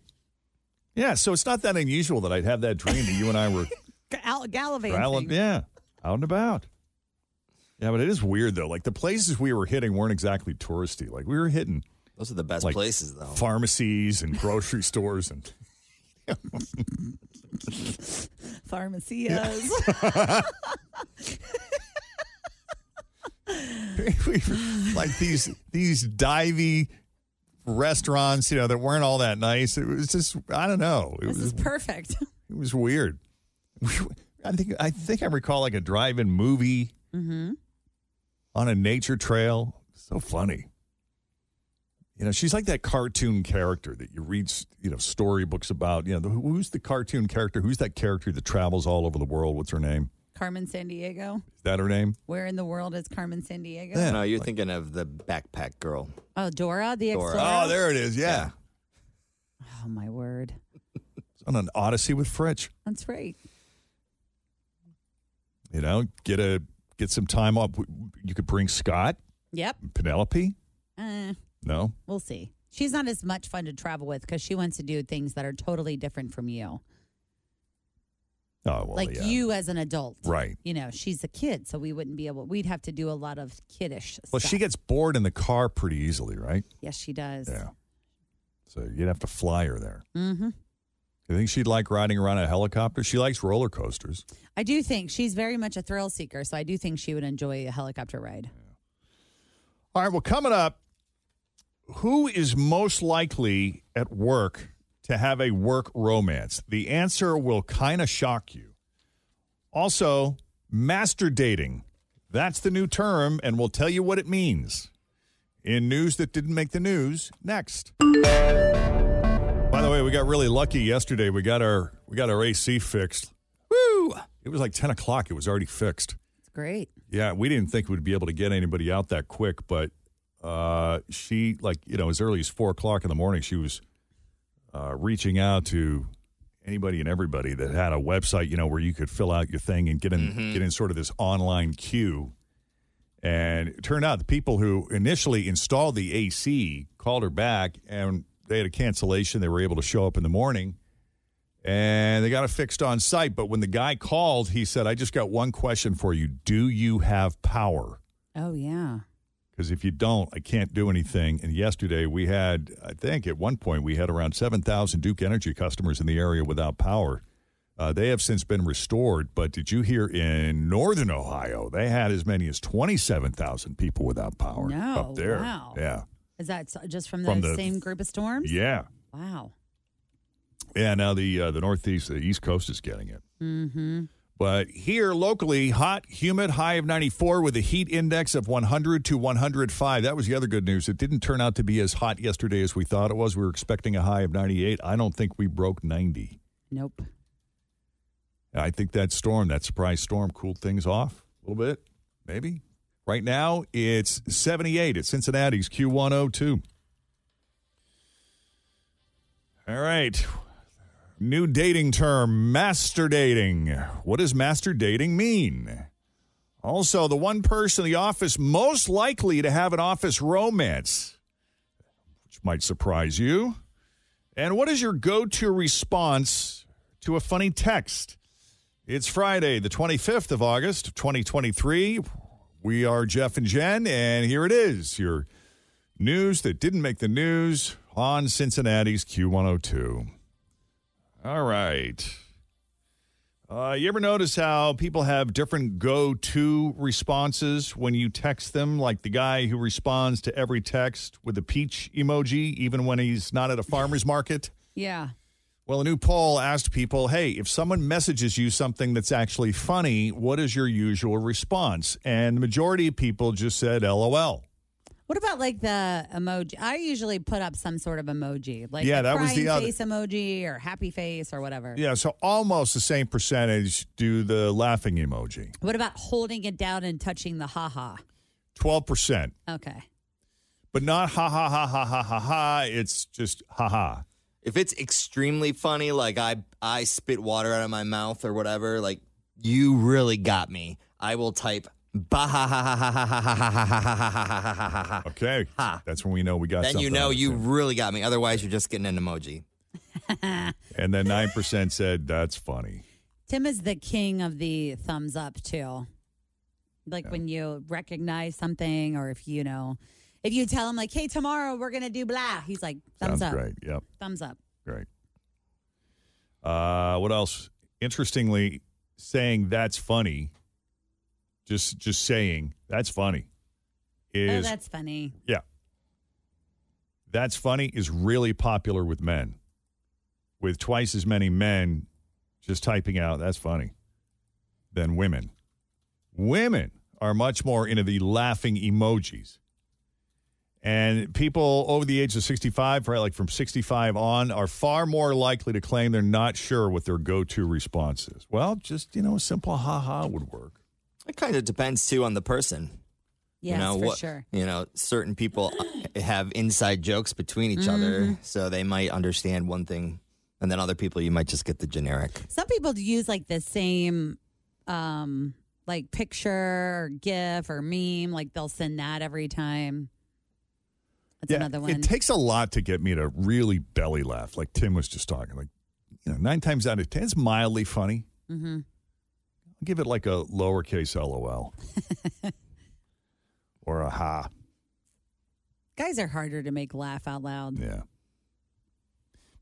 Speaker 2: Yeah. So it's not that unusual that I'd have that dream that you and I were
Speaker 3: Gal- gallivanting.
Speaker 2: Rallying- yeah, out and about. Yeah, but it is weird though. Like the places we were hitting weren't exactly touristy. Like we were hitting
Speaker 4: Those are the best
Speaker 2: like
Speaker 4: places,
Speaker 3: Oh.
Speaker 4: though.
Speaker 2: pharmacies and grocery stores and
Speaker 3: Pharmacias.
Speaker 2: we were, like these these divey restaurants. You know that weren't all that nice. It was just I don't know. It
Speaker 3: this is
Speaker 2: was
Speaker 3: perfect.
Speaker 2: it was weird. We were- I think I think I recall like a drive-in movie
Speaker 3: Mm-hmm.
Speaker 2: on a nature trail. So funny. You know, she's like that cartoon character that you read, you know, storybooks about. You know, the, who's the cartoon character? Who's that character that travels all over the world? What's her name?
Speaker 3: Carmen San Diego.
Speaker 2: Is that her name?
Speaker 3: Where in the world is Carmen San Diego?
Speaker 4: No, you're thinking of the backpack girl.
Speaker 3: Oh, Dora the
Speaker 4: Dora.
Speaker 3: Explorer.
Speaker 2: Oh, there it is. Yeah.
Speaker 3: Oh, my word.
Speaker 2: It's on an Odyssey with Fritch.
Speaker 3: That's right.
Speaker 2: You know, get a get some time off. You could bring Scott,
Speaker 3: Yep.
Speaker 2: Penelope.
Speaker 3: Uh,
Speaker 2: No,
Speaker 3: we'll see. She's not as much fun to travel with because she wants to do things that are totally different from you.
Speaker 2: oh well,
Speaker 3: like
Speaker 2: yeah.
Speaker 3: you as an adult.
Speaker 2: right?
Speaker 3: You know, she's a kid, so we wouldn't be able, we'd have to do a lot of kiddish
Speaker 2: Well,
Speaker 3: stuff.
Speaker 2: she gets bored in the car pretty easily, right?
Speaker 3: Yes, she does.
Speaker 2: Yeah. So you'd have to fly her there.
Speaker 3: Mm-hmm.
Speaker 2: You think she'd like riding around a helicopter? She likes roller coasters.
Speaker 3: I do think she's very much a thrill seeker, so I do think she would enjoy a helicopter ride.
Speaker 2: All right, well, coming up, who is most likely at work to have a work romance? The answer will kind of shock you. Also, master dating. That's the new term, and we'll tell you what it means. In news that didn't make the news, next. By the way, we got really lucky yesterday. We got our we got our AC fixed. Woo! It was like ten o'clock. It was already fixed.
Speaker 3: It's great.
Speaker 2: Yeah, we didn't think we'd be able to get anybody out that quick, but uh, she, like, you know, as early as four o'clock in the morning, she was uh, reaching out to anybody and everybody that had a website, you know, where you could fill out your thing and get in, get in sort of this online queue. And it turned out the people who initially installed the AC called her back and they had a cancellation. They were able to show up in the morning and they got it fixed on site. But when the guy called, he said, I just got one question for you. Do you have power?
Speaker 3: Oh yeah.
Speaker 2: Because if you don't, I can't do anything. And yesterday we had, I think at one point, we had around 7,000 Duke Energy customers in the area without power. Uh, they have since been restored. But did you hear in northern Ohio, they had as many as 27,000 people without power
Speaker 3: No,
Speaker 2: up there?
Speaker 3: wow.
Speaker 2: Yeah.
Speaker 3: Is that so- just from the,
Speaker 2: From the-
Speaker 3: same group of storms?
Speaker 2: Yeah.
Speaker 3: Wow.
Speaker 2: Yeah. Now the, uh, the Northeast, the East Coast is getting it.
Speaker 3: Mm-hmm.
Speaker 2: But here locally, hot, humid, high of 94 with a heat index of 100 to 105. That was the other good news. It didn't turn out to be as hot yesterday as we thought it was. We were expecting a high of 98. I don't think we broke 90.
Speaker 3: Nope.
Speaker 2: I think that storm, that surprise storm, cooled things off a little bit, maybe. Right now, it's 78 at Cincinnati's Q102. All right. New dating term, master dating. What does master dating mean? Also, the one person in the office most likely to have an office romance, which might surprise you. And what is your go to response to a funny text? It's Friday, the 25th of August, of 2023. We are Jeff and Jen, and here it is your news that didn't make the news on Cincinnati's Q102. All right. Uh, you ever notice how people have different go to responses when you text them? Like the guy who responds to every text with a peach emoji, even when he's not at a farmer's market?
Speaker 3: Yeah.
Speaker 2: Well, a new poll asked people hey, if someone messages you something that's actually funny, what is your usual response? And the majority of people just said LOL.
Speaker 3: What about like the emoji? I usually put up some sort of emoji, like
Speaker 2: Yeah,
Speaker 3: a
Speaker 2: that was the
Speaker 3: crying
Speaker 2: other-
Speaker 3: face emoji or happy face or whatever.
Speaker 2: Yeah, so almost the same percentage do the laughing emoji
Speaker 3: What about holding it down and touching the haha?
Speaker 2: 12%,
Speaker 3: Okay.
Speaker 2: but not ha ha ha ha ha ha ha. It's just ha ha.
Speaker 4: If it's extremely funny, like I I spit water out of my mouth or whatever, like you really got me. I will type bah ha ha ha ha ha ha ha ha ha ha ha ha ha ha ha ha.
Speaker 2: Okay. That's when we know we got
Speaker 4: Then you
Speaker 2: something
Speaker 4: know
Speaker 2: out of
Speaker 4: you
Speaker 2: it.
Speaker 4: really got me. Otherwise, you're just getting an emoji.
Speaker 2: And then 9% said, that's funny.
Speaker 3: Tim is the king of the thumbs up too. Like when you recognize something or if you know if you tell him like, hey, tomorrow we're gonna do blah, he's like, thumbs
Speaker 2: Sounds
Speaker 3: up.
Speaker 2: great. Yep.
Speaker 3: Thumbs up.
Speaker 2: Great. Uh, what else? Interestingly, saying that's funny, just just saying that's funny
Speaker 3: oh,
Speaker 2: is
Speaker 3: that's funny.
Speaker 2: yeah. That's funny is really popular with men. With twice as many men just typing out that's funny than women. Women are much more into the laughing emojis. And people over the age of 65, right, like from 65 on, are far more likely to claim they're not sure what their go to response is. Well, just, you know, a simple ha ha would work.
Speaker 4: It kind of depends too on the person.
Speaker 3: Yes,
Speaker 4: you know,
Speaker 3: for
Speaker 4: what-
Speaker 3: sure.
Speaker 4: You know, certain people have inside jokes between each other, so they might understand one thing, and then other people you might just get the generic.
Speaker 3: Some people use like the same um like picture or gif or meme, like they'll send that every time. That's another one.
Speaker 2: It takes a lot to get me to really belly laugh, like Tim was just talking. Like, you know, nine times out of ten, it's mildly funny.
Speaker 3: mm-hmm.
Speaker 2: I'll give it like a lowercase lol or a ha.
Speaker 3: Guys are harder to make laugh out loud.
Speaker 2: Yeah.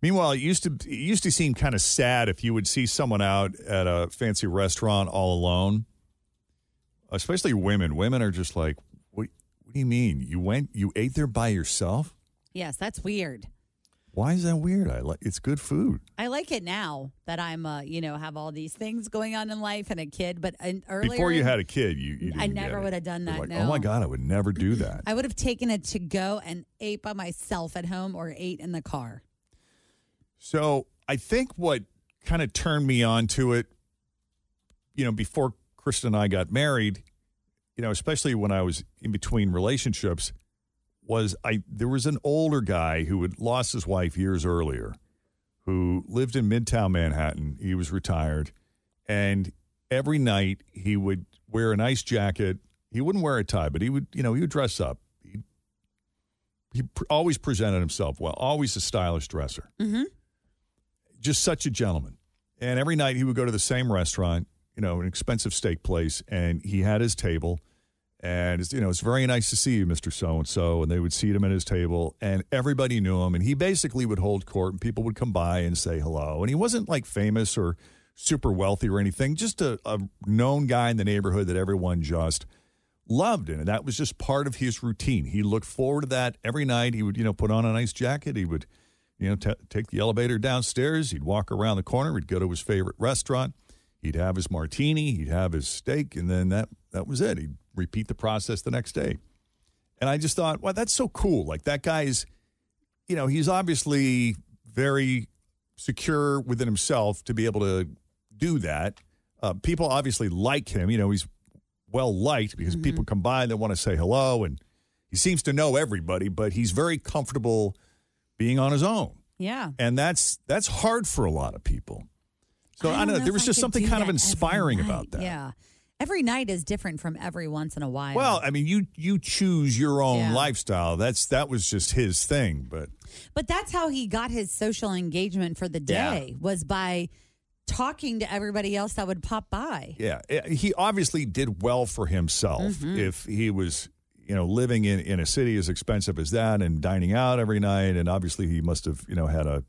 Speaker 2: Meanwhile, it used to it used to seem kind of sad if you would see someone out at a fancy restaurant all alone, especially women. Women are just like, "What? What do you mean? You went? You ate there by yourself?
Speaker 3: Yes, that's weird.
Speaker 2: Why is that weird? I like it's good food
Speaker 3: I like it now that I'm, uh, you know, have all these things going on in life and a kid. But in, earlier,
Speaker 2: Before you had a kid, you, you
Speaker 3: I
Speaker 2: didn't get
Speaker 3: never
Speaker 2: it.
Speaker 3: would have done
Speaker 2: You're
Speaker 3: that.
Speaker 2: Like,
Speaker 3: no.
Speaker 2: oh my god, I would never do that.
Speaker 3: I would have taken it to go and ate by myself at home or ate in the car.
Speaker 2: So I think what kind of turned me on to it, you know, before Kristen and I got married, you know, especially when I was in between relationships, was I there was an older guy who had lost his wife years earlier, who lived in Midtown Manhattan. He was retired, and every night he would wear a nice jacket. He wouldn't wear a tie, but he would, you know, he would dress up. He, he pr- always presented himself well, always a stylish dresser
Speaker 3: Mm-hmm.
Speaker 2: just such a gentleman. And every night he would go to the same restaurant, you know, an expensive steak place, and he had his table. And it's, you know, it's very nice to see you, Mister So and So. And they would seat him at his table, and everybody knew him. And he basically would hold court, and people would come by and say hello. And he wasn't like famous or super wealthy or anything, just a, a known guy in the neighborhood that everyone just loved it. And that was just part of his routine. He looked forward to that every night. He would, you know, put on a nice jacket. He would, you know, t- take the elevator downstairs. He'd walk around the corner. He'd go to his favorite restaurant. He'd have his martini. He'd have his steak. And then that, that was it. He'd repeat the process the next day. And I just thought, wow, that's so cool. Like that guy's, you know, he's obviously very secure within himself to be able to do that. Uh, people obviously like him. You know, he's well liked because people come by and they want to say hello and he seems to know everybody but he's very comfortable being on his own
Speaker 3: Yeah.
Speaker 2: and that's that's hard for a lot of people so
Speaker 3: I
Speaker 2: i
Speaker 3: don't
Speaker 2: don't, know,
Speaker 3: know
Speaker 2: there
Speaker 3: if
Speaker 2: was
Speaker 3: I
Speaker 2: just
Speaker 3: could
Speaker 2: something
Speaker 3: do
Speaker 2: kind
Speaker 3: that
Speaker 2: of
Speaker 3: every
Speaker 2: inspiring about that
Speaker 3: Yeah. Every night is different from every once in a while.
Speaker 2: well uh, i mean you you choose your own
Speaker 3: Yeah.
Speaker 2: lifestyle that's that was just his thing but
Speaker 3: But that's how he got his social engagement for the
Speaker 2: Yeah.
Speaker 3: day was by talking to everybody else that would pop by.
Speaker 2: Yeah, eh, he obviously did well for himself.
Speaker 3: Mhm.
Speaker 2: If he was, you know, living in in a city as expensive as that and dining out every night, and obviously he must have, you know, had a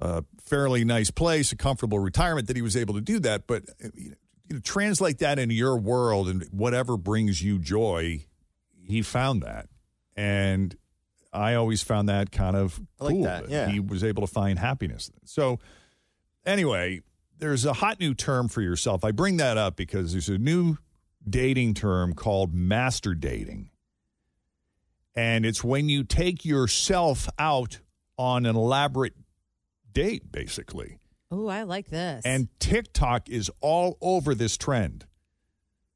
Speaker 2: a fairly nice place, a comfortable retirement that he was able to do that. But eh, you know, you know, translate that into your world and whatever brings you joy. He found that, and I always found that kind of
Speaker 4: I like
Speaker 2: cool.
Speaker 4: that, yeah.
Speaker 2: he was able to find happiness. So anyway, there's a hot new term for yourself. I bring that up because there's a new dating term called master dating. And it's when you take yourself out on an elaborate date, basically.
Speaker 3: Oh, I like this.
Speaker 2: And TikTok is all over this trend.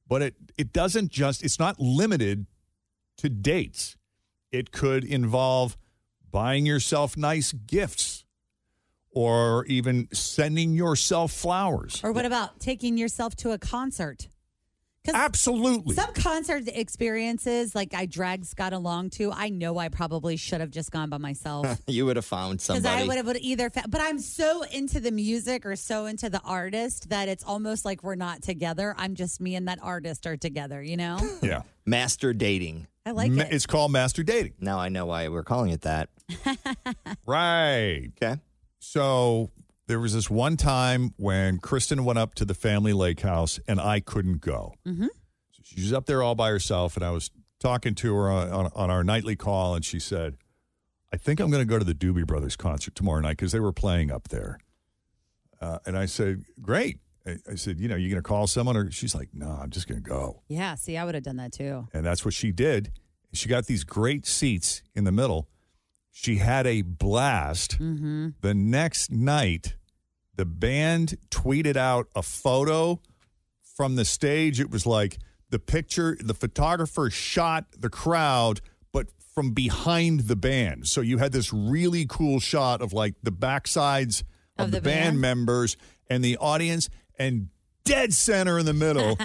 Speaker 2: But it it doesn't just it's not limited to dates. It could involve buying yourself nice gifts or even sending yourself flowers.
Speaker 3: or what about taking yourself to a concert? 'Cause
Speaker 2: Absolutely.
Speaker 3: Some concert experiences, like I dragged Scott along to, I know I probably should have just gone by myself.
Speaker 4: you would have found
Speaker 3: Because
Speaker 4: somebody.
Speaker 3: I would have either, fa- but I'm so into the music or so into the artist that it's almost like we're not together. I'm just me and that artist are together, you know?
Speaker 2: Yeah.
Speaker 4: Master dating.
Speaker 3: I like Ma- it.
Speaker 2: It's called master dating.
Speaker 4: Now I know why we're calling it that.
Speaker 2: Right.
Speaker 4: Okay.
Speaker 2: So there was this one time when Kristen went up to the family lake house and I couldn't go.
Speaker 3: Mm-hmm.
Speaker 2: She was up there all by herself, and I was talking to her on, on, on our nightly call, and she said, I think I'm going to go to the Doobie Brothers concert tomorrow night because they were playing up there. Uh, and I said, Great. I, I said, You know, you going to call someone? Or she's like, No, I'm just going to go.
Speaker 3: Yeah, see, I would have done that too.
Speaker 2: And that's what she did. She got these great seats in the middle. She had a blast.
Speaker 3: Mm-hmm.
Speaker 2: The next night, the band tweeted out a photo from the stage. It was like the picture, the photographer shot the crowd, but from behind the band. So you had this really cool shot of like the backsides of,
Speaker 3: Of
Speaker 2: the,
Speaker 3: the
Speaker 2: band
Speaker 3: band?
Speaker 2: members and the audience and dead center in the middle.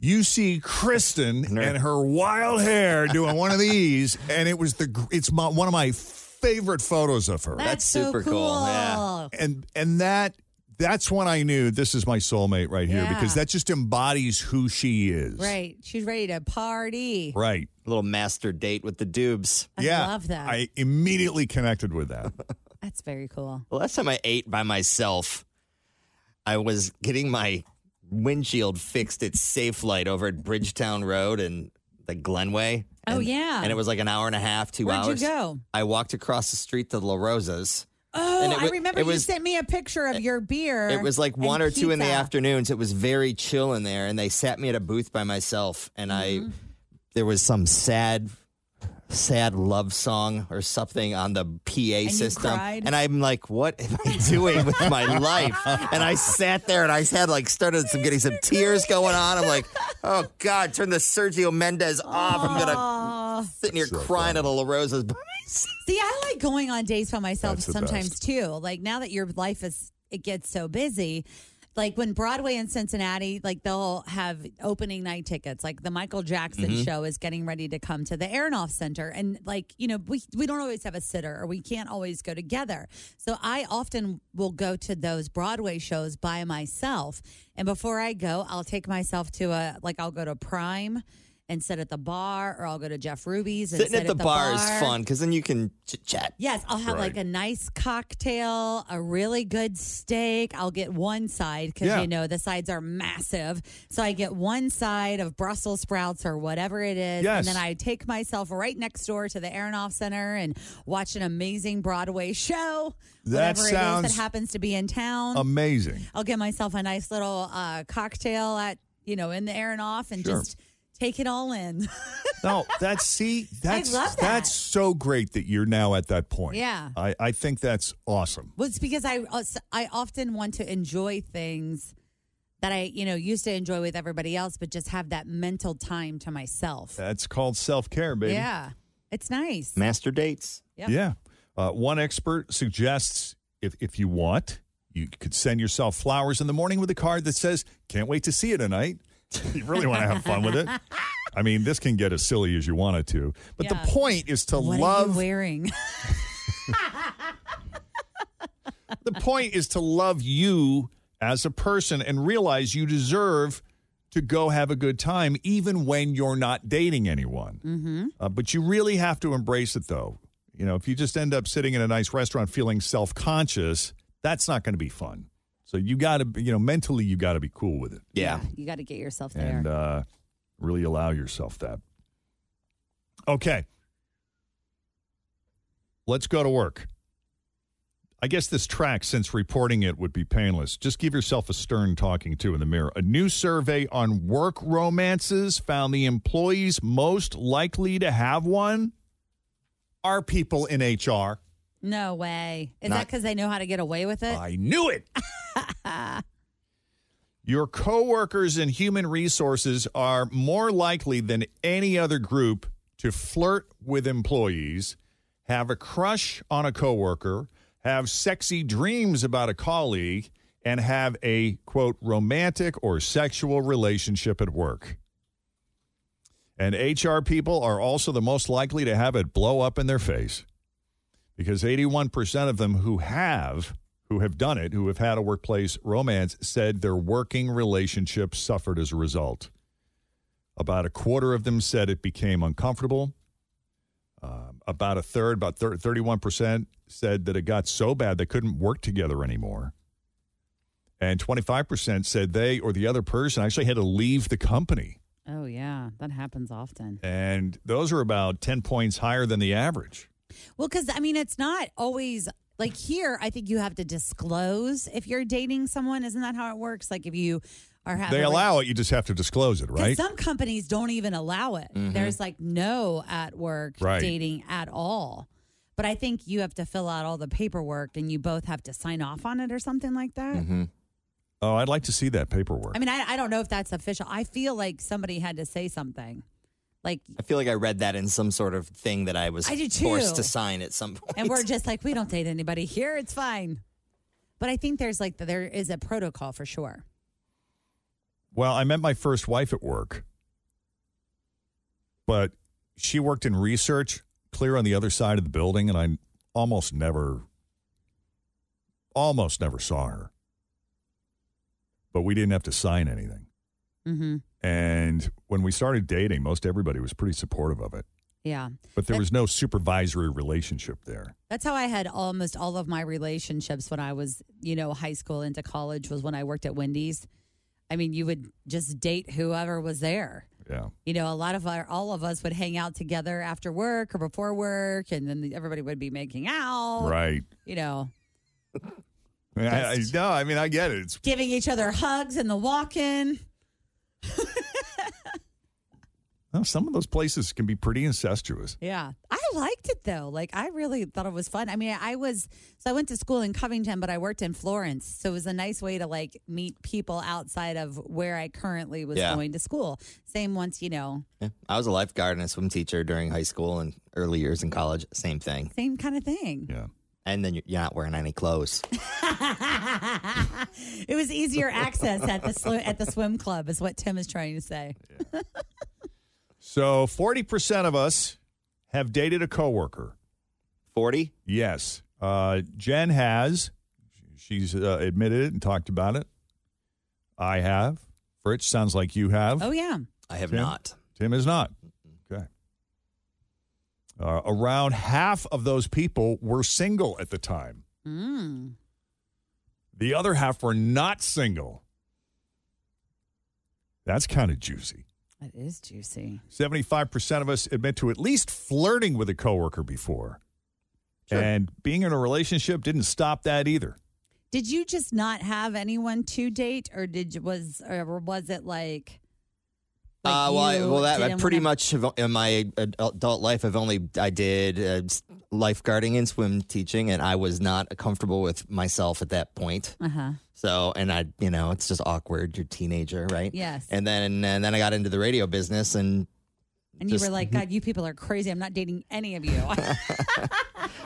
Speaker 2: you see Kristen and her wild hair doing one of these, and it was the gr- it's my, one of my favorite photos of her
Speaker 4: That's super cool, yeah.
Speaker 2: and and that that's when I knew this is my soulmate right here
Speaker 3: Yeah.
Speaker 2: because that just embodies who she is.
Speaker 3: Right. She's ready to party.
Speaker 2: Right.
Speaker 4: A little master date with the dubes.
Speaker 3: I
Speaker 2: yeah.
Speaker 3: love that.
Speaker 2: I immediately connected with that.
Speaker 3: That's very cool.
Speaker 4: The last time I ate by myself, I was getting my windshield fixed at SafeLight over at Bridgetown Road and the Glenway.
Speaker 3: oh yeah.
Speaker 4: And it was like an hour and a half, 2
Speaker 3: Where'd you
Speaker 4: hours.
Speaker 3: go?
Speaker 4: I walked across the street to La Rosa's.
Speaker 3: Oh,
Speaker 4: and it
Speaker 3: I
Speaker 4: wa-
Speaker 3: remember
Speaker 4: it
Speaker 3: you
Speaker 4: was-
Speaker 3: sent me a picture of your beer.
Speaker 4: It was like
Speaker 3: and
Speaker 4: one or two in the
Speaker 3: pizza.
Speaker 4: afternoons. It was very chill in there, and they sat me at a booth by myself, and I there was some sad, sad love song or something on the PA
Speaker 11: you
Speaker 4: system,
Speaker 11: cried?
Speaker 4: and I'm like, "What am I doing with my life?" And I sat there, and I had like started some getting some tears going on. I'm like, "Oh God, turn the Sergio Mendez off!" I'm gonna sitting here crying at a La Rosa's.
Speaker 3: See, I like going on dates by myself
Speaker 4: That's the
Speaker 3: sometimes
Speaker 4: best.
Speaker 3: too. Like now that your life is it gets so busy. Like when Broadway in Cincinnati, like they'll have opening night tickets. Like the Michael Jackson
Speaker 4: Mm-hmm.
Speaker 12: Mhm.
Speaker 3: show is getting ready to come to the Aronoff Center, and like you know we we don't always have a sitter or we can't always go together. So I often will go to those Broadway shows by myself, and before I go, I'll take myself to a like I'll go to Prime and sit at the bar, or I'll go to Jeff Ruby's and
Speaker 4: Sitting
Speaker 3: sit
Speaker 4: at the, bar,
Speaker 3: bar.
Speaker 4: is fun because then you can chit chat.
Speaker 3: Yes, I'll have like a nice cocktail, a really good steak. I'll get one side because
Speaker 4: Yeah.
Speaker 3: you know the sides are massive. So I get one side of Brussels sprouts or whatever it is,
Speaker 12: Yes.
Speaker 3: and then I take myself right next door to the Aronoff Center and watch an amazing Broadway show.
Speaker 2: That
Speaker 3: whatever it
Speaker 2: sounds
Speaker 3: is that happens to be in town.
Speaker 2: Amazing.
Speaker 3: I'll get myself a nice little uh, cocktail at you know in the Aronoff and
Speaker 2: Sure.
Speaker 3: just take it all in.
Speaker 2: No, that's see, that's
Speaker 3: love that.
Speaker 2: that's so great that you're now at that point.
Speaker 3: Yeah.
Speaker 2: I, I think that's awesome.
Speaker 3: Well, it's because I uh, I often want to enjoy things that I you know used to enjoy with everybody else, but just have that mental time to myself.
Speaker 2: That's called self care, baby.
Speaker 3: Yeah, it's nice.
Speaker 4: Master dates.
Speaker 3: Yep.
Speaker 2: Yeah. Uh, one expert suggests if, if you want, you could send yourself flowers in the morning with a card that says, Can't wait to see you tonight. you really want to have fun with it. I mean, this can get as silly as you want it to. But
Speaker 3: Yeah.
Speaker 2: the point is to
Speaker 3: What are you
Speaker 2: love
Speaker 3: wearing?
Speaker 2: the point is to love you as a person and realize you deserve to go have a good time even when you're not dating anyone.
Speaker 3: mm-hmm.
Speaker 2: Uh, but you really have to embrace it, though. You know, if you just end up sitting in a nice restaurant feeling self conscious, that's not going to be fun. So you got to, you know, mentally, you got to be cool with it.
Speaker 4: Yeah.
Speaker 3: You got to get yourself there.
Speaker 2: And uh, really allow yourself that. Okay. Let's go to work. I guess this track, since reporting it would be painless, just give yourself a stern talking to in the mirror. A new survey on work romances found the employees most likely to have one are people in HR.
Speaker 3: no way. Is that
Speaker 2: Not-
Speaker 3: because they know how to get away with it?
Speaker 2: I knew it. Your coworkers and human resources are more likely than any other group to flirt with employees, have a crush on a coworker, have sexy dreams about a colleague, and have a quote romantic or sexual relationship at work. And HR people are also the most likely to have it blow up in their face because 81% of them who have who have done it who have had a workplace romance said their working relationship suffered as a result about a quarter of them said it became uncomfortable Um about a third about thir- 31% said that it got so bad they couldn't work together anymore and 25% said they or the other person actually had to leave the company
Speaker 3: Oh yeah, that happens often.
Speaker 2: and those are about 10 points higher than the average
Speaker 3: Well, because I mean, it's not always like here. I think you have to disclose if you're dating someone. Isn't that how it works? Like if you are having
Speaker 2: they allow it you just have to disclose it
Speaker 3: 'Cause
Speaker 2: right
Speaker 3: Some companies don't even allow it.
Speaker 2: Mhm.
Speaker 3: There's like no at work
Speaker 2: Right.
Speaker 3: dating at all. But I think you have to fill out all the paperwork and you both have to sign off on it or something like that.
Speaker 2: Mm-hmm.
Speaker 4: Mm-hmm.
Speaker 2: Oh, I'd like to see that paperwork.
Speaker 3: I mean, I, I don't know if that's official. I feel like somebody had to say something. Like,
Speaker 4: I feel like I read that in some sort of thing that I was
Speaker 3: I do,
Speaker 4: forced to
Speaker 3: too.
Speaker 4: sign at some point.
Speaker 3: and we're just like, we don't date anybody here. It's fine. But I think there's like, there is a protocol for sure.
Speaker 2: Well, I met my first wife at work, but she worked in research clear on the other side of the building, and I almost never, almost never saw her. But we didn't have to sign anything.
Speaker 3: Mm-hmm.
Speaker 2: And when we started dating, most everybody was pretty supportive of it.
Speaker 3: Yeah.
Speaker 2: But there was no supervisory relationship there.
Speaker 3: That's how I had almost all of my relationships when I was, you know, high school into college was when I worked at Wendy's. I mean, you would just date whoever was there.
Speaker 2: Yeah.
Speaker 3: You know, a lot of our, all of us would hang out together after work or before work, and then everybody would be making out.
Speaker 2: Right.
Speaker 3: You know,
Speaker 2: I, mean, I- I- no, I mean I get it. It's
Speaker 3: giving each other hugs in the walk in.
Speaker 2: well, some of those places can be pretty incestuous.
Speaker 3: Yeah. I liked it though. Like I really thought it was fun. I mean, I was so I went to school in Covington, but I worked in Florence. So it was a nice way to like meet people outside of where I currently was
Speaker 4: Yeah.
Speaker 3: going to school. Same once, you know,
Speaker 4: Yeah. I was a lifeguard and a swim teacher during high school and early years in college. Same thing.
Speaker 3: same kind of thing.
Speaker 2: Yeah.
Speaker 4: And then you're you're not wearing any clothes.
Speaker 3: It was easier access at the sw- at the swim club is what Tim is trying to say.
Speaker 2: So forty percent of us have dated a coworker.
Speaker 4: Forty?
Speaker 2: Yes. Uh, Jen has. She's uh, admitted it and talked about it. I have. Fritz sounds like you have.
Speaker 3: Oh yeah.
Speaker 4: I have
Speaker 2: Tim?
Speaker 4: not.
Speaker 2: Tim is not. Okay. Uh, around half of those people were single at the time.
Speaker 3: Mm.
Speaker 2: The other half were not single. That's kind of juicy.
Speaker 3: That is juicy.
Speaker 2: 75% of us admit to at least flirting with a coworker before. And being in a relationship didn't stop that either.
Speaker 3: Did you just not have anyone to date or did you- was or was it like
Speaker 4: uh, well, I,
Speaker 3: you
Speaker 4: well, that I
Speaker 3: didn't
Speaker 4: pretty
Speaker 3: wanna-
Speaker 4: much have, in my adult life, I've only I did uh, s- lifeguarding and swim teaching, and I was not comfortable with myself at that point.
Speaker 3: uh-huh.
Speaker 4: So, and I, you know, it's just awkward. You're a teenager, right?
Speaker 3: Yes.
Speaker 4: And then, and then I got into the radio business, and
Speaker 3: And
Speaker 4: Just-
Speaker 3: you were like, God, you people are crazy. I'm not dating any of you.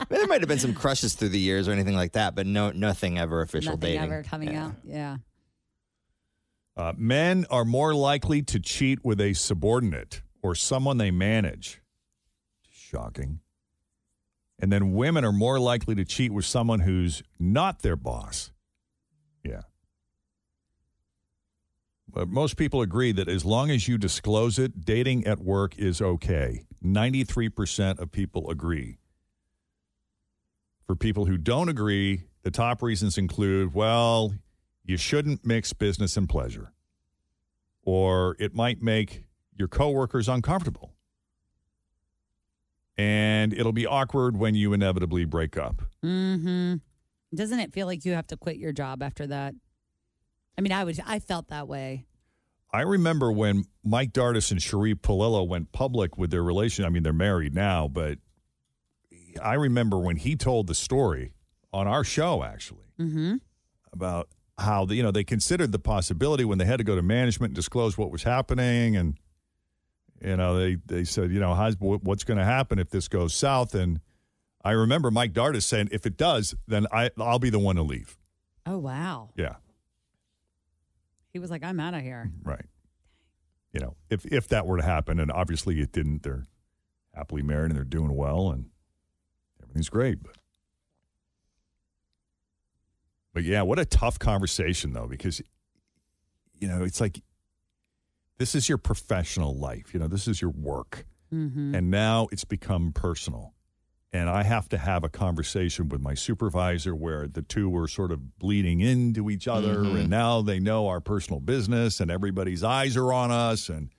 Speaker 4: there might have been some crushes through the years or anything like that, but no, nothing ever official
Speaker 3: Nothing
Speaker 4: dating.
Speaker 3: ever coming out. Yeah.
Speaker 2: Uh, men are more likely to cheat with a subordinate or someone they manage. Shocking. And then women are more likely to cheat with someone who's not their boss. Yeah. But most people agree that as long as you disclose it, dating at work is okay. 93% of people agree. For people who don't agree, the top reasons include well, you shouldn't mix business and pleasure, or it might make your coworkers uncomfortable. And it'll be awkward when you inevitably break up.
Speaker 3: Mm-hmm. Doesn't it feel like you have to quit your job after that? I mean, I would I felt that way.
Speaker 2: I remember when Mike Dardis and Cherie Palillo went public with their relation. I mean, they're married now, but I remember when he told the story on our show, actually,
Speaker 3: Mm-hmm.
Speaker 2: about how the, you know they considered the possibility when they had to go to management and disclose what was happening, and you know they they said, you know, how's, wh- what's going to happen if this goes south? And I remember Mike Dardis saying, if it does, then I I'll be the one to leave.
Speaker 3: Oh wow.
Speaker 2: Yeah,
Speaker 3: He was like, I'm out of here.
Speaker 2: right. You know, if if that were to happen, and obviously it didn't, they're happily married and they're doing well, and everything's great. But but yeah, what a tough conversation though, because you know it's like this is your professional life. You know, this is your work,
Speaker 3: Mm-hmm.
Speaker 2: and now it's become personal. And I have to have a conversation with my supervisor where the two were sort of bleeding into each other,
Speaker 4: Mhm.
Speaker 2: and now they know our personal business, and everybody's eyes are on us, and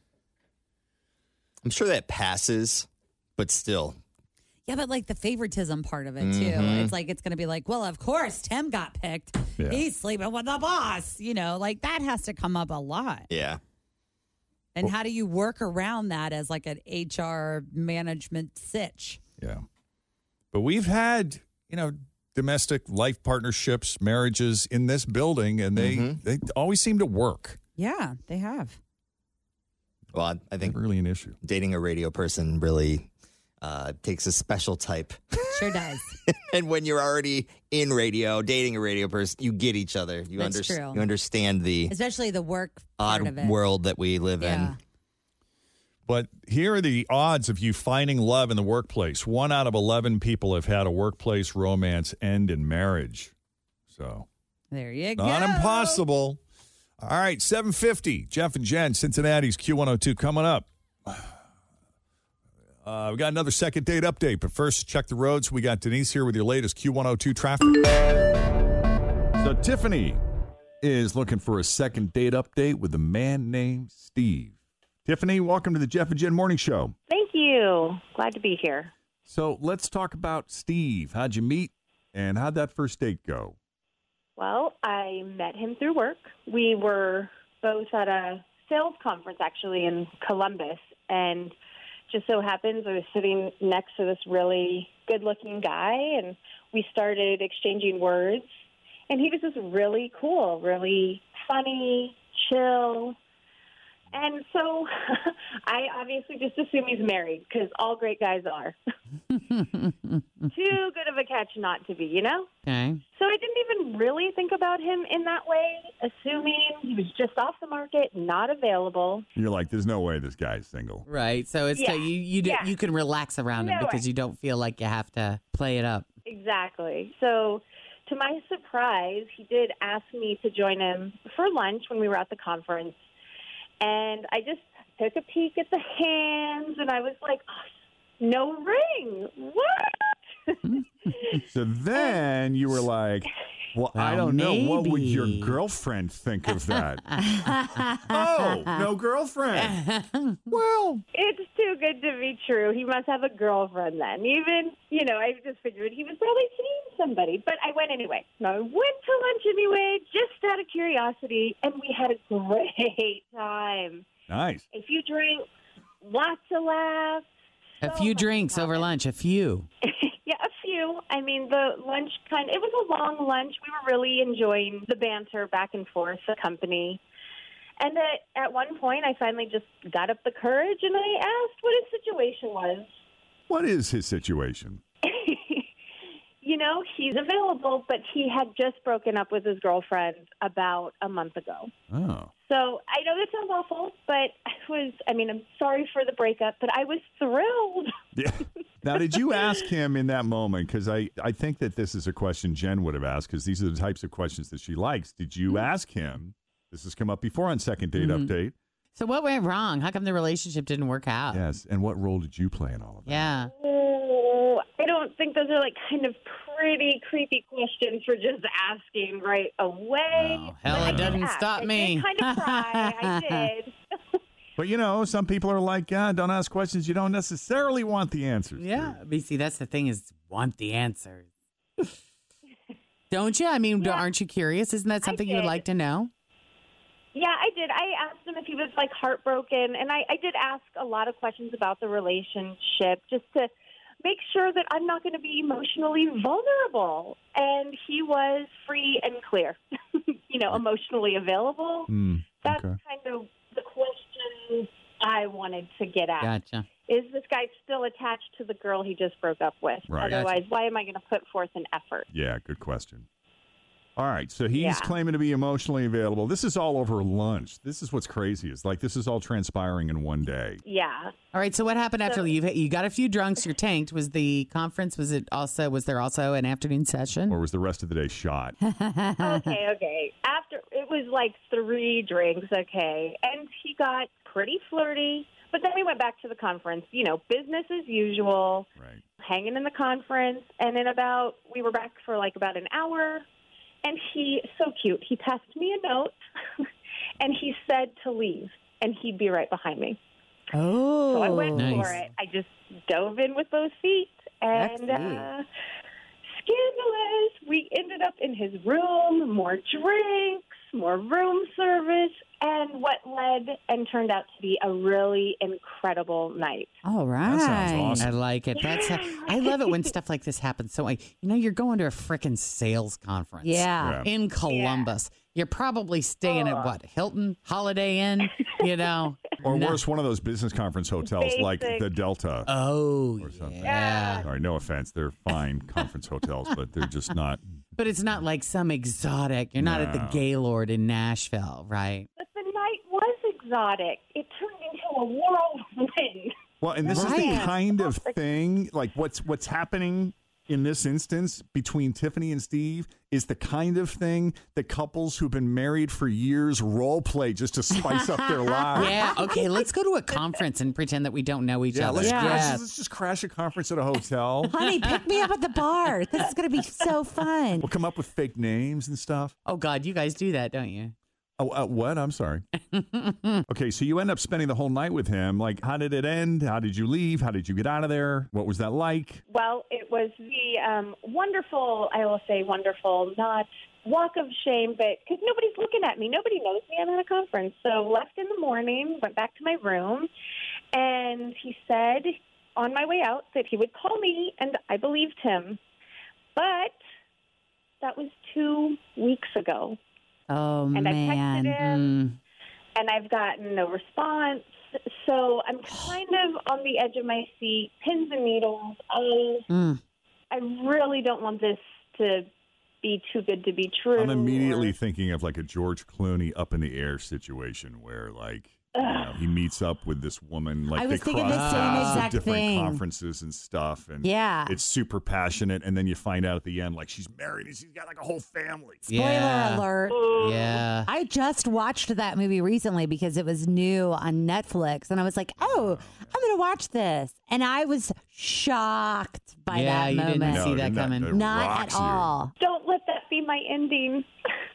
Speaker 4: I'm sure that passes, but still,
Speaker 3: Yeah, but like the favoritism part of it too.
Speaker 4: Mhm.
Speaker 3: It's like it's gonna be like, well, of course Tim got picked.
Speaker 2: Yeah.
Speaker 3: He's sleeping with the boss. You know, like that has to come up a lot.
Speaker 4: yeah.
Speaker 3: And how do you work around that as like an HR management sitch?
Speaker 2: Yeah. But we've had, you know, domestic life partnerships, marriages in this building, and they
Speaker 4: Mhm.
Speaker 2: they always seem to work.
Speaker 3: Yeah, they have.
Speaker 4: Well, I, I think
Speaker 2: Really an issue.
Speaker 4: dating a radio person really uh, takes a special type.
Speaker 3: Sure does.
Speaker 4: and when you're already in radio, dating a radio person, you get each other. You,
Speaker 3: That's
Speaker 4: underst-
Speaker 3: true.
Speaker 4: you understand the
Speaker 3: Especially the work part of
Speaker 4: odd
Speaker 3: it.
Speaker 4: world that we live
Speaker 3: Yeah.
Speaker 4: in.
Speaker 2: But here are the odds of you finding love in the workplace. One out of 11 people have had a workplace romance end in marriage. So,
Speaker 3: There you go.
Speaker 2: not impossible. All right, 750, Jeff and Jen, Cincinnati's Q102 coming up.
Speaker 13: Uh, we got another second date update, but first, check the roads. We got Denise here with your latest Q102 traffic.
Speaker 2: So Tiffany is looking for a second date update with a man named Steve. Tiffany, welcome to the Jeff and Jen Morning Show.
Speaker 10: Thank you. Glad to be here.
Speaker 2: So let's talk about Steve. How'd you meet, and how'd that first date go?
Speaker 10: Well, I met him through work. We were both at a sales conference actually in Columbus, and just so happens I was sitting next to this really good looking guy, and we started exchanging words. And he was just really cool, really funny, chill. And so I obviously just assume he's married because all great guys are. Too good of a catch not to be, you know?
Speaker 12: Okay.
Speaker 10: So I didn't even really think about him in that way, assuming he was just off the market, not available.
Speaker 2: You're like, there's no way this guy's single.
Speaker 12: Right. So it's
Speaker 10: Yeah.
Speaker 12: you you do,
Speaker 10: Yeah.
Speaker 12: you can relax around it
Speaker 10: No
Speaker 12: because
Speaker 10: way.
Speaker 12: you don't feel like you have to play it up.
Speaker 10: Exactly. So, to my surprise, he did ask me to join him for lunch when we were at the conference. And I just took a peek at the hands and I was like, "Oh, no ring. What?
Speaker 2: So then you were like, well, I
Speaker 10: Well,
Speaker 2: don't know. What would your
Speaker 10: maybe.
Speaker 2: girlfriend think of that? oh, no girlfriend. well,
Speaker 10: it's too good to be true. He must have a girlfriend then. Even, you know, I just figured he was probably seeing somebody. But I went anyway. So I went to lunch anyway, just out of curiosity. And we had a great time.
Speaker 2: Nice.
Speaker 10: A few drinks, lots of laughs.
Speaker 12: A few drinks over lunch, a few.
Speaker 10: Yeah, a few. I mean, the lunch kind it was a long lunch. We were really enjoying the banter back and forth, the company. And at, at one point, I finally just got up the courage and I asked what his situation was.
Speaker 2: what is his situation?
Speaker 10: You know, he's available, but he had just broken up with his girlfriend about a month ago.
Speaker 2: Oh.
Speaker 10: So I know that sounds awful, but I was, I mean, I'm sorry for the breakup, but I was thrilled.
Speaker 2: Now, did you ask him in that moment? Because I, I think that this is a question Jen would have asked because these are the types of questions that she likes. Did
Speaker 10: Mm-hmm.
Speaker 2: you ask him? This has come up before on Second Date
Speaker 12: Mhm.
Speaker 2: Update.
Speaker 12: So what went wrong? How come the relationship didn't work
Speaker 10: Uh,
Speaker 12: out?
Speaker 2: Yes. And what role did you play in all of
Speaker 12: Yeah.
Speaker 10: Oh, I don't think those are like kind of pretty creepy questions for just asking right away.
Speaker 12: Oh, Hell, it doesn't
Speaker 10: Ask.
Speaker 12: stop
Speaker 10: I
Speaker 12: me.
Speaker 10: did kind of cry. I did.
Speaker 2: it? But you know, some people are like, yeah, don't ask questions you don't necessarily want the answers.
Speaker 12: Yeah. BC, Uh, that's the thing is want the answers. don't you? I mean, aren't you curious? Isn't that something you'd
Speaker 10: did.
Speaker 12: like to know?
Speaker 10: Yeah, I did. I asked him if he was like heartbroken, and I, I did ask a lot of questions about the relationship just to make sure that I'm not going to be emotionally vulnerable. And he was free and clear, you know, emotionally available. That's kind of the question I wanted to get at.
Speaker 12: Gotcha.
Speaker 10: Is this guy still attached to the girl he just broke up with?
Speaker 2: Right. Gotcha.
Speaker 10: Otherwise, why am I going to put forth an effort?
Speaker 2: Yeah, good question. All right, so he's
Speaker 10: Yeah.
Speaker 2: claiming to be emotionally available. This is all over lunch. This is what's crazy. Is like this is all transpiring in one day.
Speaker 10: Yeah.
Speaker 12: All right. So what happened after you you got a few drunks? You're tanked. Was the conference? Was it also? Was there also an afternoon session?
Speaker 2: Or was the rest of the day shot?
Speaker 10: okay, okay. After it was like three drinks, okay. And he got pretty flirty. But then we went back to the conference, you know, business as usual.
Speaker 2: Right.
Speaker 10: Hanging in the conference and in about we were back for like about an hour and he so cute. He passed me a note and he said to leave and he'd be right behind me.
Speaker 12: Oh,
Speaker 10: So I went for it. I just dove in with both feet and
Speaker 12: Excellent.
Speaker 10: uh, scandalous. We ended up in his room, more drinks, more room service, and what led and turned out to be a really incredible night.
Speaker 12: All right.
Speaker 10: That sounds awesome.
Speaker 12: I like it. That's I love it when stuff like this happens. So I, you know, you're going to a freaking sales conference.
Speaker 14: Yeah. Yeah.
Speaker 12: In Columbus. You're probably staying
Speaker 10: Oh.
Speaker 12: at what? Hilton, Holiday Inn, you know.
Speaker 2: Or
Speaker 12: No-
Speaker 2: worse, one of those business conference hotels like
Speaker 12: Basic.
Speaker 2: the Delta.
Speaker 12: Oh,
Speaker 2: or something.
Speaker 12: yeah.
Speaker 2: Sorry, no offense. They're fine conference hotels, but they're just not.
Speaker 12: But it's not like some exotic. You're not at
Speaker 2: No.
Speaker 12: the Gaylord in Nashville, right?
Speaker 10: But the night was exotic. It turned into a whirlwind.
Speaker 2: Well, and this is the
Speaker 10: Right.
Speaker 2: kind of thing like what's what's happening in this instance between Tiffany and Steve is the kind of thing that couples who've been married for years role play just to spice up their lives.
Speaker 12: Yeah. Okay. Let's go to a conference and pretend that we don't know each
Speaker 2: Yeah,
Speaker 12: other.
Speaker 2: let's, Crash,
Speaker 12: Yes.
Speaker 2: let's just crash a conference at a hotel.
Speaker 3: Honey, pick me up at the bar. This is going to be so fun.
Speaker 2: We'll come up with fake names and stuff.
Speaker 12: Oh God, you guys do that, don't you?
Speaker 2: Oh, uh, what? I'm sorry. okay, so you end up spending the whole night with him. Like, how did it end? How did you leave? How did you get out of there? What was that like?
Speaker 10: Well, it was the um, wonderful, I will say wonderful, not walk of shame, but because nobody's looking at me. Nobody knows me. I'm at a conference. So left in the morning, went back to my room, and he said on my way out that he would call me, and I believed him. But that was two weeks ago.
Speaker 3: Oh
Speaker 10: And I
Speaker 3: man. Mm.
Speaker 10: texted him. and I've gotten no response. So I'm kind of on the edge of my seat, pins and needles. I, I really don't want this to be too good to be true.
Speaker 2: I'm immediately thinking of like a George Clooney up in the air situation where like you know, he meets up with this woman. Like
Speaker 3: I
Speaker 2: they
Speaker 3: was thinking the
Speaker 2: cross
Speaker 3: same
Speaker 2: paths at
Speaker 3: exact
Speaker 2: different
Speaker 3: thing.
Speaker 2: conferences and stuff, and
Speaker 3: Yeah.
Speaker 2: it's super passionate. And then you find out at the end like she's married. and She's got like a whole family.
Speaker 3: Spoiler alert.
Speaker 12: Yeah.
Speaker 3: I just watched that movie recently because it was new on Netflix, and I was like, "Oh, I'm going to watch this," and I was shocked by
Speaker 12: Yeah,
Speaker 3: that
Speaker 12: you didn't
Speaker 3: moment.
Speaker 12: see No, that that- coming. that
Speaker 3: Not at
Speaker 12: rocks you.
Speaker 3: all.
Speaker 10: Don't let that be my ending.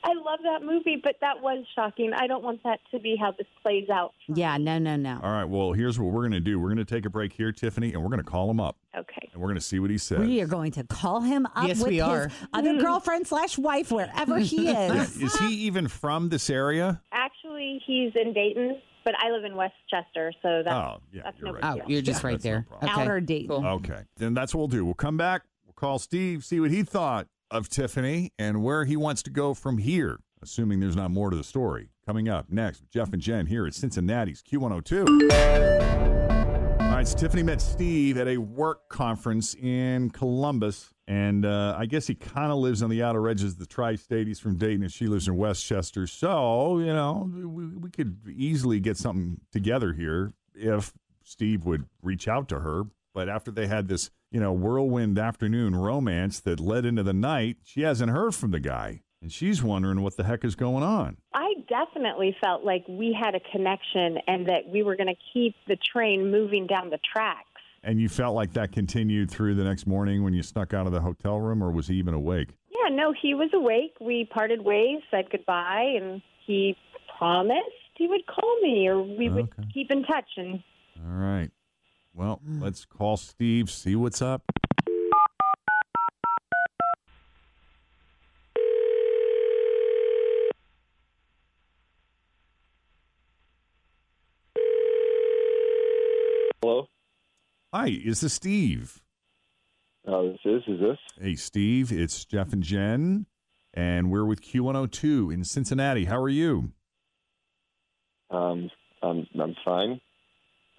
Speaker 10: I love that movie, but that was shocking. I don't want that to be how this plays out.
Speaker 3: Yeah, no, no, no.
Speaker 2: All right. Well, here's what we're gonna do. We're gonna take a break here, Tiffany, and we're gonna call him up.
Speaker 10: Okay.
Speaker 2: And we're gonna see what he says.
Speaker 3: We are going to call him up
Speaker 12: Yes,
Speaker 3: with
Speaker 12: we
Speaker 3: his
Speaker 12: are.
Speaker 10: Mm.
Speaker 3: other girlfriend slash wife, wherever he
Speaker 2: Yeah,
Speaker 3: is.
Speaker 2: is he even from this area?
Speaker 10: Actually, he's in Dayton, but I live in Westchester, so that's,
Speaker 2: Oh, yeah,
Speaker 10: that's
Speaker 2: you're
Speaker 10: no
Speaker 2: right.
Speaker 10: big
Speaker 12: Oh,
Speaker 10: deal.
Speaker 12: you're just
Speaker 2: Yeah,
Speaker 12: right
Speaker 2: that's no
Speaker 12: there.
Speaker 2: problem.
Speaker 12: okay.
Speaker 3: Outer Dayton.
Speaker 12: Cool.
Speaker 2: Okay. Then that's what we'll do. We'll come back. We'll call Steve, see what he thought of Tiffany and where he wants to go from here, assuming there's not more to the story. Coming up next, Jeff and Jen here at Cincinnati's Q102. All right, so Tiffany met Steve at a work conference in Columbus, and uh, I guess he kind of lives on the outer edges of the tri-state. He's from Dayton, and she lives in Westchester. So you know, we, we could easily get something together here if Steve would reach out to her. But after they had this, you know, whirlwind afternoon romance that led into the night, she hasn't heard from the guy, and she's wondering what the heck is going on.
Speaker 10: I definitely felt like we had a connection and that we were going to keep the train moving down the track.
Speaker 2: And you felt like that continued through the next morning when you snuck out of the hotel room, or was he even awake?
Speaker 10: Yeah, no, he was awake. We parted ways, said goodbye, and he promised he would call me or we would keep in touch. And
Speaker 2: All right. Well,
Speaker 10: Mm.
Speaker 2: let's call Steve, see what's up.
Speaker 15: Hello.
Speaker 2: Hi, is this Steve?
Speaker 15: Oh, this is is this?
Speaker 2: Hey, Steve, it's Jeff and Jen, and we're with Q102 in Cincinnati. How are you?
Speaker 15: Um, I'm I'm fine.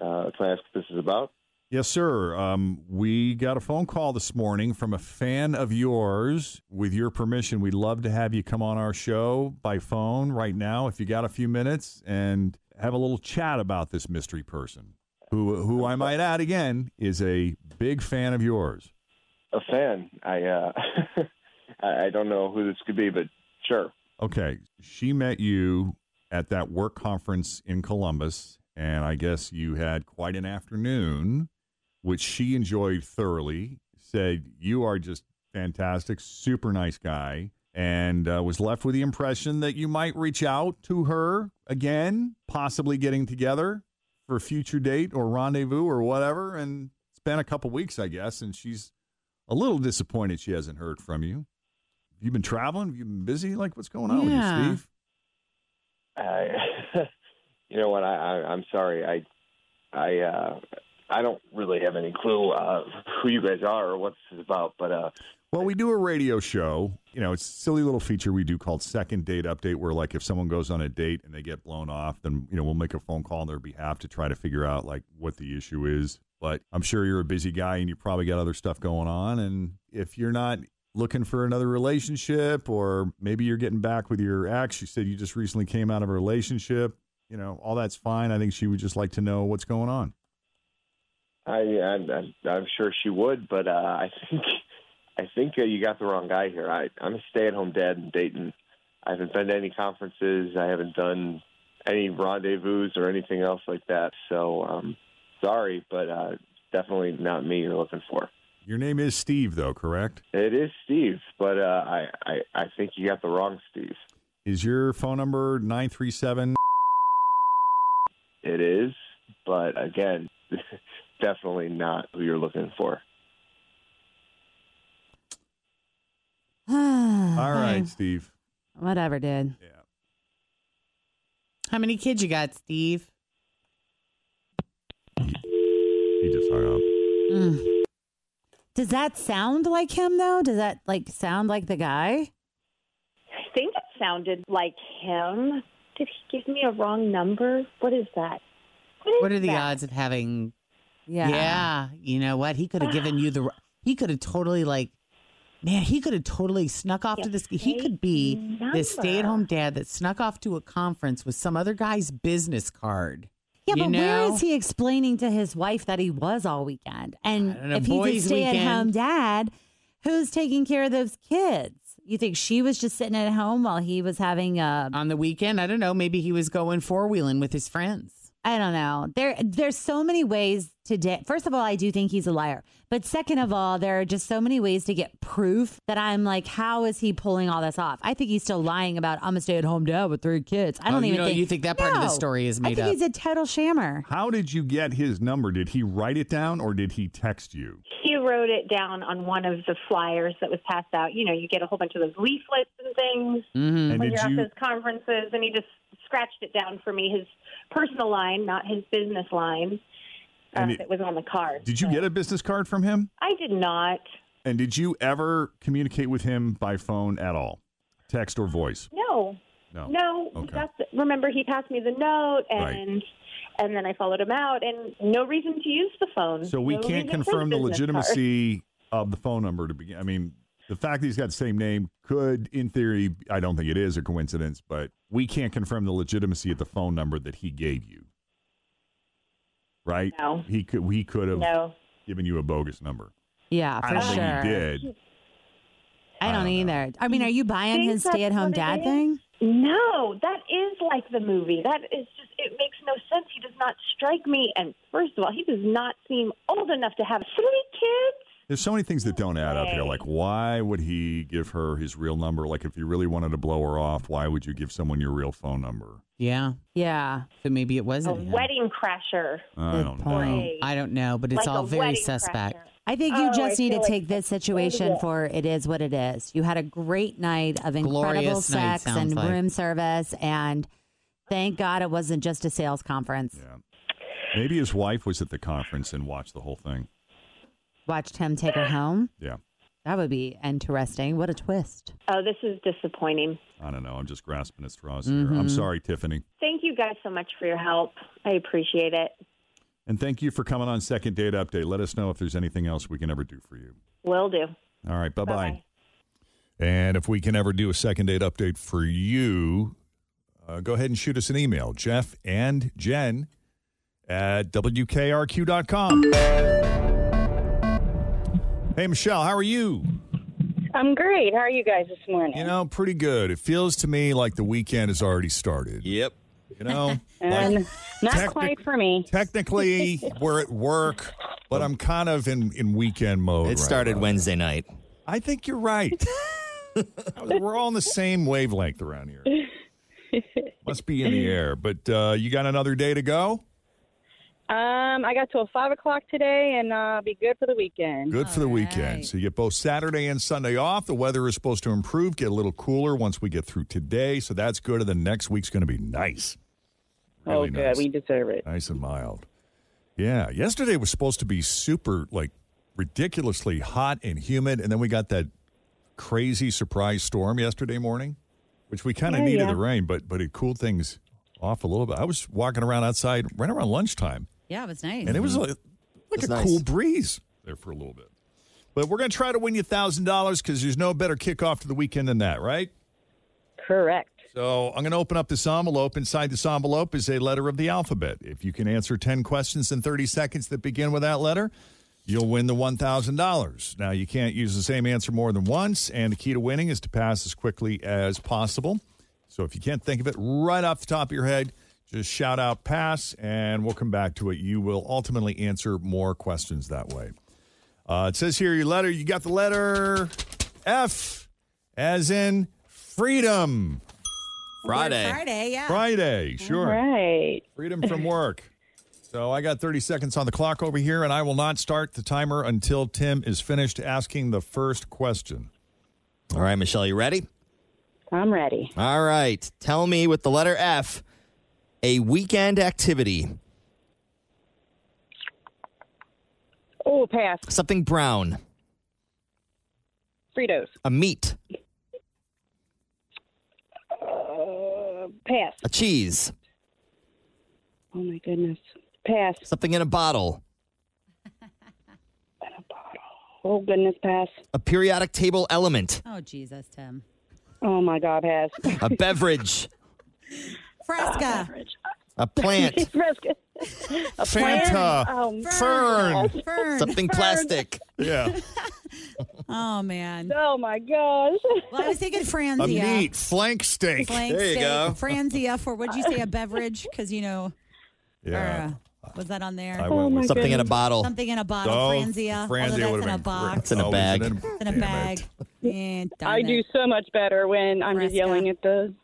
Speaker 15: Uh, can I ask what this is about?
Speaker 2: Yes, sir. Um, we got a phone call this morning from a fan of yours. With your permission, we'd love to have you come on our show by phone right now if you got a few minutes and have a little chat about this mystery person who, who I might add again, is a big fan of yours.
Speaker 15: A fan. I uh, I, I don't know who this could be, but sure.
Speaker 2: Okay. She met you at that work conference in Columbus, and I guess you had quite an afternoon, which she enjoyed thoroughly. Said, You are just fantastic, super nice guy, and uh, was left with the impression that you might reach out to her again, possibly getting together for a future date or rendezvous or whatever. And it's been a couple weeks, I guess, and she's a little disappointed she hasn't heard from you. Have you been traveling? Have you been busy? Like, what's going on with
Speaker 12: Yeah.
Speaker 2: you, Steve?
Speaker 15: I, you know what? I, I I'm sorry. I I uh, I don't really have any clue uh, who you guys are or what this is about, but uh,
Speaker 2: Well, we do a radio show. You know, it's a silly little feature we do called Second Date Update, where, like, if someone goes on a date and they get blown off, then, you know, we'll make a phone call on their behalf to try to figure out, like, what the issue is. But I'm sure you're a busy guy and you probably got other stuff going on. And if you're not looking for another relationship or maybe you're getting back with your ex, you said you just recently came out of a relationship, you know, all that's fine. I think she would just like to know what's going on.
Speaker 15: I, I I'm, I'm sure she would, but uh, I think I think uh, you got the wrong guy here. I, I'm a stay-at-home dad in Dayton. I haven't been to any conferences. I haven't done any rendezvous or anything else like that. So, um, sorry, but uh, definitely not me you're looking for.
Speaker 2: Your name is Steve, though, correct?
Speaker 15: It is Steve, but uh, I, I, I think you got the wrong Steve.
Speaker 2: Is your phone number 937?
Speaker 15: It is, but again, definitely not who you're looking for.
Speaker 2: All right, Steve.
Speaker 12: Whatever, dude. Yeah. How many kids you got, Steve?
Speaker 2: He just hung up.
Speaker 3: Mm. Does that sound like him though? Does that like sound like the guy?
Speaker 10: I think it sounded like him. Did he give me a wrong number? What is that?
Speaker 12: What are the odds of having?
Speaker 10: Yeah.
Speaker 12: Yeah. You know what? He could have given you the. He could have totally like. Man, he could have totally snuck off to this. He could be this
Speaker 3: number.
Speaker 12: stay-at-home dad that snuck off to a conference with some other guy's business card.
Speaker 3: Yeah,
Speaker 12: You
Speaker 3: but where
Speaker 12: know?
Speaker 3: is he explaining to his wife that he was all weekend? And
Speaker 12: don't know,
Speaker 3: if he's
Speaker 12: boys'
Speaker 3: a stay-at-home dad, who's taking care of those kids? You think she was just sitting at home while he was having a
Speaker 12: on the weekend? I don't know. Maybe he was going four wheeling with his friends.
Speaker 3: I don't know. There, there's so many ways to. Da- First of all, I do think he's a liar. But second of all, there are just so many ways to get proof that I'm like, how is he pulling all this off? I think he's still lying about I'm a stay-at-home dad with three kids. I
Speaker 12: Oh,
Speaker 3: don't
Speaker 12: you
Speaker 3: even
Speaker 12: know-
Speaker 3: think
Speaker 12: you think that part of the
Speaker 3: No.
Speaker 12: story is
Speaker 3: I
Speaker 12: made
Speaker 3: think
Speaker 12: up.
Speaker 3: he's a total shammer.
Speaker 2: How did you get his number? Did he write it down or did he text you?
Speaker 10: He wrote it down on one of the flyers that was passed out. You know, you get a whole bunch of those leaflets and things
Speaker 2: Mhm. And
Speaker 10: when
Speaker 2: did
Speaker 10: you're
Speaker 2: you-
Speaker 10: at those conferences, and he just scratched it down for me, his personal line, not his business line. Uh,
Speaker 2: And it-
Speaker 10: that was on the card.
Speaker 2: Did you get a business card from him?
Speaker 10: I did not.
Speaker 2: And did you ever communicate with him by phone at all? Text or voice?
Speaker 10: No.
Speaker 2: No.
Speaker 10: No.
Speaker 2: Okay.
Speaker 10: That's, remember, he passed me the note,
Speaker 2: Right.
Speaker 10: and and then I followed him out, and no reason to use the phone.
Speaker 2: So we
Speaker 10: No
Speaker 2: can't
Speaker 10: reason for
Speaker 2: confirm the
Speaker 10: business card.
Speaker 2: legitimacy of the phone number to begin. I mean, the fact that he's got the same name could, in theory, I don't think it is a coincidence, but we can't confirm the legitimacy of the phone number that he gave you. Right?
Speaker 10: No.
Speaker 2: He could. We could have
Speaker 10: No.
Speaker 2: given you a bogus number.
Speaker 3: Yeah,
Speaker 2: I don't think he did.
Speaker 3: I don't either. I mean, are you buying
Speaker 10: Think
Speaker 3: his
Speaker 10: that's
Speaker 3: stay-at-home
Speaker 10: what it
Speaker 3: dad
Speaker 10: is?
Speaker 3: thing?
Speaker 10: No, Oh, that is like the movie. That is just, it makes no sense. He does not strike me. And first of all, he does not seem old enough to have three kids.
Speaker 2: There's so many things that don't add up here. Like, why would he give her his real number? Like, if you really wanted to blow her off, why would you give someone your real phone number?
Speaker 12: Yeah.
Speaker 3: Yeah.
Speaker 12: So maybe it wasn't.
Speaker 10: a
Speaker 12: him.
Speaker 10: wedding crasher.
Speaker 2: I don't know.
Speaker 12: I don't know, but it's
Speaker 10: Like
Speaker 12: all
Speaker 10: a
Speaker 12: very
Speaker 10: wedding
Speaker 12: suspect.
Speaker 3: I think you
Speaker 10: Oh,
Speaker 3: just
Speaker 10: I
Speaker 3: need to
Speaker 10: feel like
Speaker 3: take this situation
Speaker 10: idiot.
Speaker 3: for it is what it is. You had a great night of incredible
Speaker 12: Glorious night,
Speaker 3: sex
Speaker 12: sounds
Speaker 3: and
Speaker 12: like.
Speaker 3: room service, and thank God it wasn't just a sales conference.
Speaker 2: Maybe his wife was at the conference and watched the whole thing.
Speaker 3: Watched him take her home.
Speaker 2: Yeah.
Speaker 3: That would be interesting. What a twist.
Speaker 10: Oh, this is disappointing.
Speaker 2: I don't know. I'm just grasping at straws here. I'm
Speaker 3: Mhm.
Speaker 2: sorry, Tiffany.
Speaker 10: Thank you guys so much for your help. I appreciate it.
Speaker 2: And thank you for coming on Second Date Update. Let us know if there's anything else we can ever do for you.
Speaker 10: Will do.
Speaker 2: All right. Bye bye. And if we can ever do a second date update for you, uh, go ahead and shoot us an email, Jeff and Jen at WKRQ.com. Hey, Michelle, how are you?
Speaker 11: I'm great. How are you guys this morning?
Speaker 2: You know, pretty good. It feels to me like the weekend has already started. Yep. You know,
Speaker 11: and not
Speaker 2: technic-
Speaker 11: quite for me.
Speaker 2: technically we're at work, but I'm kind of in, in weekend mode.
Speaker 16: It started
Speaker 2: Wednesday night. I think you're right. we're all on the same wavelength around here. Must be in the air. But uh, you got another day to go?
Speaker 11: Um, I got till five o'clock today, and uh, I'll be good for the weekend.
Speaker 2: Good for the weekend. So you get both Saturday and Sunday off. The weather is supposed to improve, get a little cooler once we get through today. So that's good. And the next week's going to be nice.
Speaker 11: Oh,
Speaker 2: Really
Speaker 11: good.
Speaker 2: nice.
Speaker 11: We deserve it.
Speaker 2: Nice and mild. Yeah. Yesterday was supposed to be super, like, ridiculously hot and humid. And then we got that crazy surprise storm yesterday morning, which we kind of
Speaker 11: Yeah,
Speaker 2: needed
Speaker 11: yeah.
Speaker 2: the rain, but but it cooled things off a little bit. I was walking around outside right around lunchtime,
Speaker 3: Yeah, it was nice.
Speaker 2: and it was like, like a
Speaker 3: That's nice.
Speaker 2: cool breeze there for a little bit. But we're going to try to win you $1,000 because there's no better kickoff to the weekend than that, right?
Speaker 11: Correct.
Speaker 2: So I'm going to open up this envelope. Inside this envelope is a letter of the alphabet. If you can answer 10 questions in 30 seconds that begin with that letter, You'll win the $1,000. Now, you can't use the same answer more than once, and the key to winning is to pass as quickly as possible. So if you can't think of it right off the top of your head, just shout out pass, and we'll come back to it. You will ultimately answer more questions that way. Uh, it says here your letter, you got the letter F, as in freedom.
Speaker 4: Friday.
Speaker 3: Friday, yeah.
Speaker 2: Friday, sure.
Speaker 17: Right.
Speaker 2: Freedom from work. So I got 30 seconds on the clock over here, and I will not start the timer until Tim is finished asking the first question.
Speaker 4: All right, Michelle, you ready?
Speaker 17: I'm ready.
Speaker 4: All right. Tell me with the letter F, a weekend activity.
Speaker 17: Oh, pass.
Speaker 4: Something brown.
Speaker 17: Fritos.
Speaker 4: A meat.
Speaker 17: Uh, pass.
Speaker 4: A cheese.
Speaker 17: Oh my goodness. Pass.
Speaker 4: Something in a bottle.
Speaker 17: Oh goodness. Pass.
Speaker 4: A periodic table element.
Speaker 3: Oh, Jesus, Tim.
Speaker 17: Oh my God. Pass.
Speaker 4: A beverage.
Speaker 3: Fresca.
Speaker 4: A plant.
Speaker 17: Fresca. A
Speaker 2: Fanta.
Speaker 17: plant? Um,
Speaker 2: Fern.
Speaker 17: Oh,
Speaker 3: Fern.
Speaker 4: Something plastic.
Speaker 2: Yeah.
Speaker 3: Oh, man.
Speaker 17: Oh my gosh.
Speaker 3: Well, I was thinking
Speaker 2: A
Speaker 3: Franzia.
Speaker 2: meat flank steak.
Speaker 3: Flank
Speaker 4: There you
Speaker 3: steak.
Speaker 4: go.
Speaker 3: Franzia for, what'd you say, a beverage? Because, you know,
Speaker 2: Yeah.
Speaker 3: or, uh, was that on there?
Speaker 2: I went with
Speaker 4: Something in a bottle.
Speaker 3: Something in a bottle, Franzia. Although
Speaker 2: Franzia
Speaker 3: that's
Speaker 2: would have
Speaker 3: in a
Speaker 2: been great.
Speaker 3: box,
Speaker 4: It's in a
Speaker 2: Oh,
Speaker 4: bag.
Speaker 2: isn't
Speaker 3: it's in a
Speaker 2: Damn it.
Speaker 3: bag. Eh, darn
Speaker 17: I do
Speaker 3: it.
Speaker 17: so much better when I'm
Speaker 3: Fresca.
Speaker 17: just yelling at the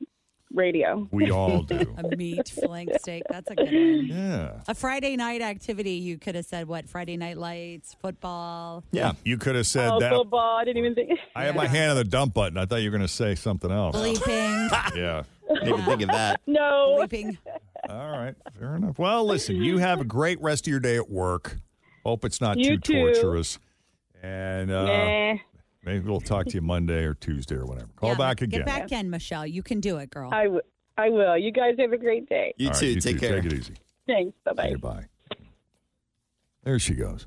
Speaker 17: radio.
Speaker 2: We all do.
Speaker 3: A meat flank steak. That's a good one.
Speaker 2: yeah.
Speaker 3: A Friday night activity. You could have said what? Friday night lights, football.
Speaker 2: Yeah. You could have said
Speaker 17: oh,
Speaker 2: that.
Speaker 17: football. I didn't even think.
Speaker 2: I had my
Speaker 3: Yeah.
Speaker 2: hand on the dump button. I thought you were going to say something else.
Speaker 3: Bleeping.
Speaker 2: yeah.
Speaker 4: Didn't even think of that.
Speaker 17: No.
Speaker 3: bleeping.
Speaker 2: All right. Fair enough. Well, listen, you have a great rest of your day at work. Hope it's not
Speaker 17: You
Speaker 2: too
Speaker 17: too.
Speaker 2: torturous. And uh,
Speaker 17: nah.
Speaker 2: maybe we'll talk to you Monday or Tuesday or whatever. Call
Speaker 3: Yeah,
Speaker 2: back again.
Speaker 3: Get back in, Michelle. You can do it, girl.
Speaker 17: I, w- I will. You guys have a great day.
Speaker 4: You
Speaker 2: All right,
Speaker 4: too. take care.
Speaker 2: Take it easy.
Speaker 17: Thanks. Bye bye.
Speaker 2: Say bye. There she goes.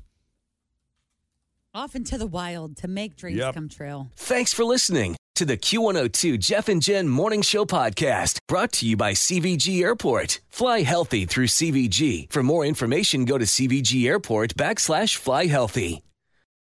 Speaker 3: Off into the wild to make dreams
Speaker 2: Yep.
Speaker 3: come true.
Speaker 1: Thanks for listening to the Q102 Jeff and Jen Morning Show podcast brought to you by CVG Airport. Fly healthy through CVG. For more information, go to CVG Airport backslash fly healthy.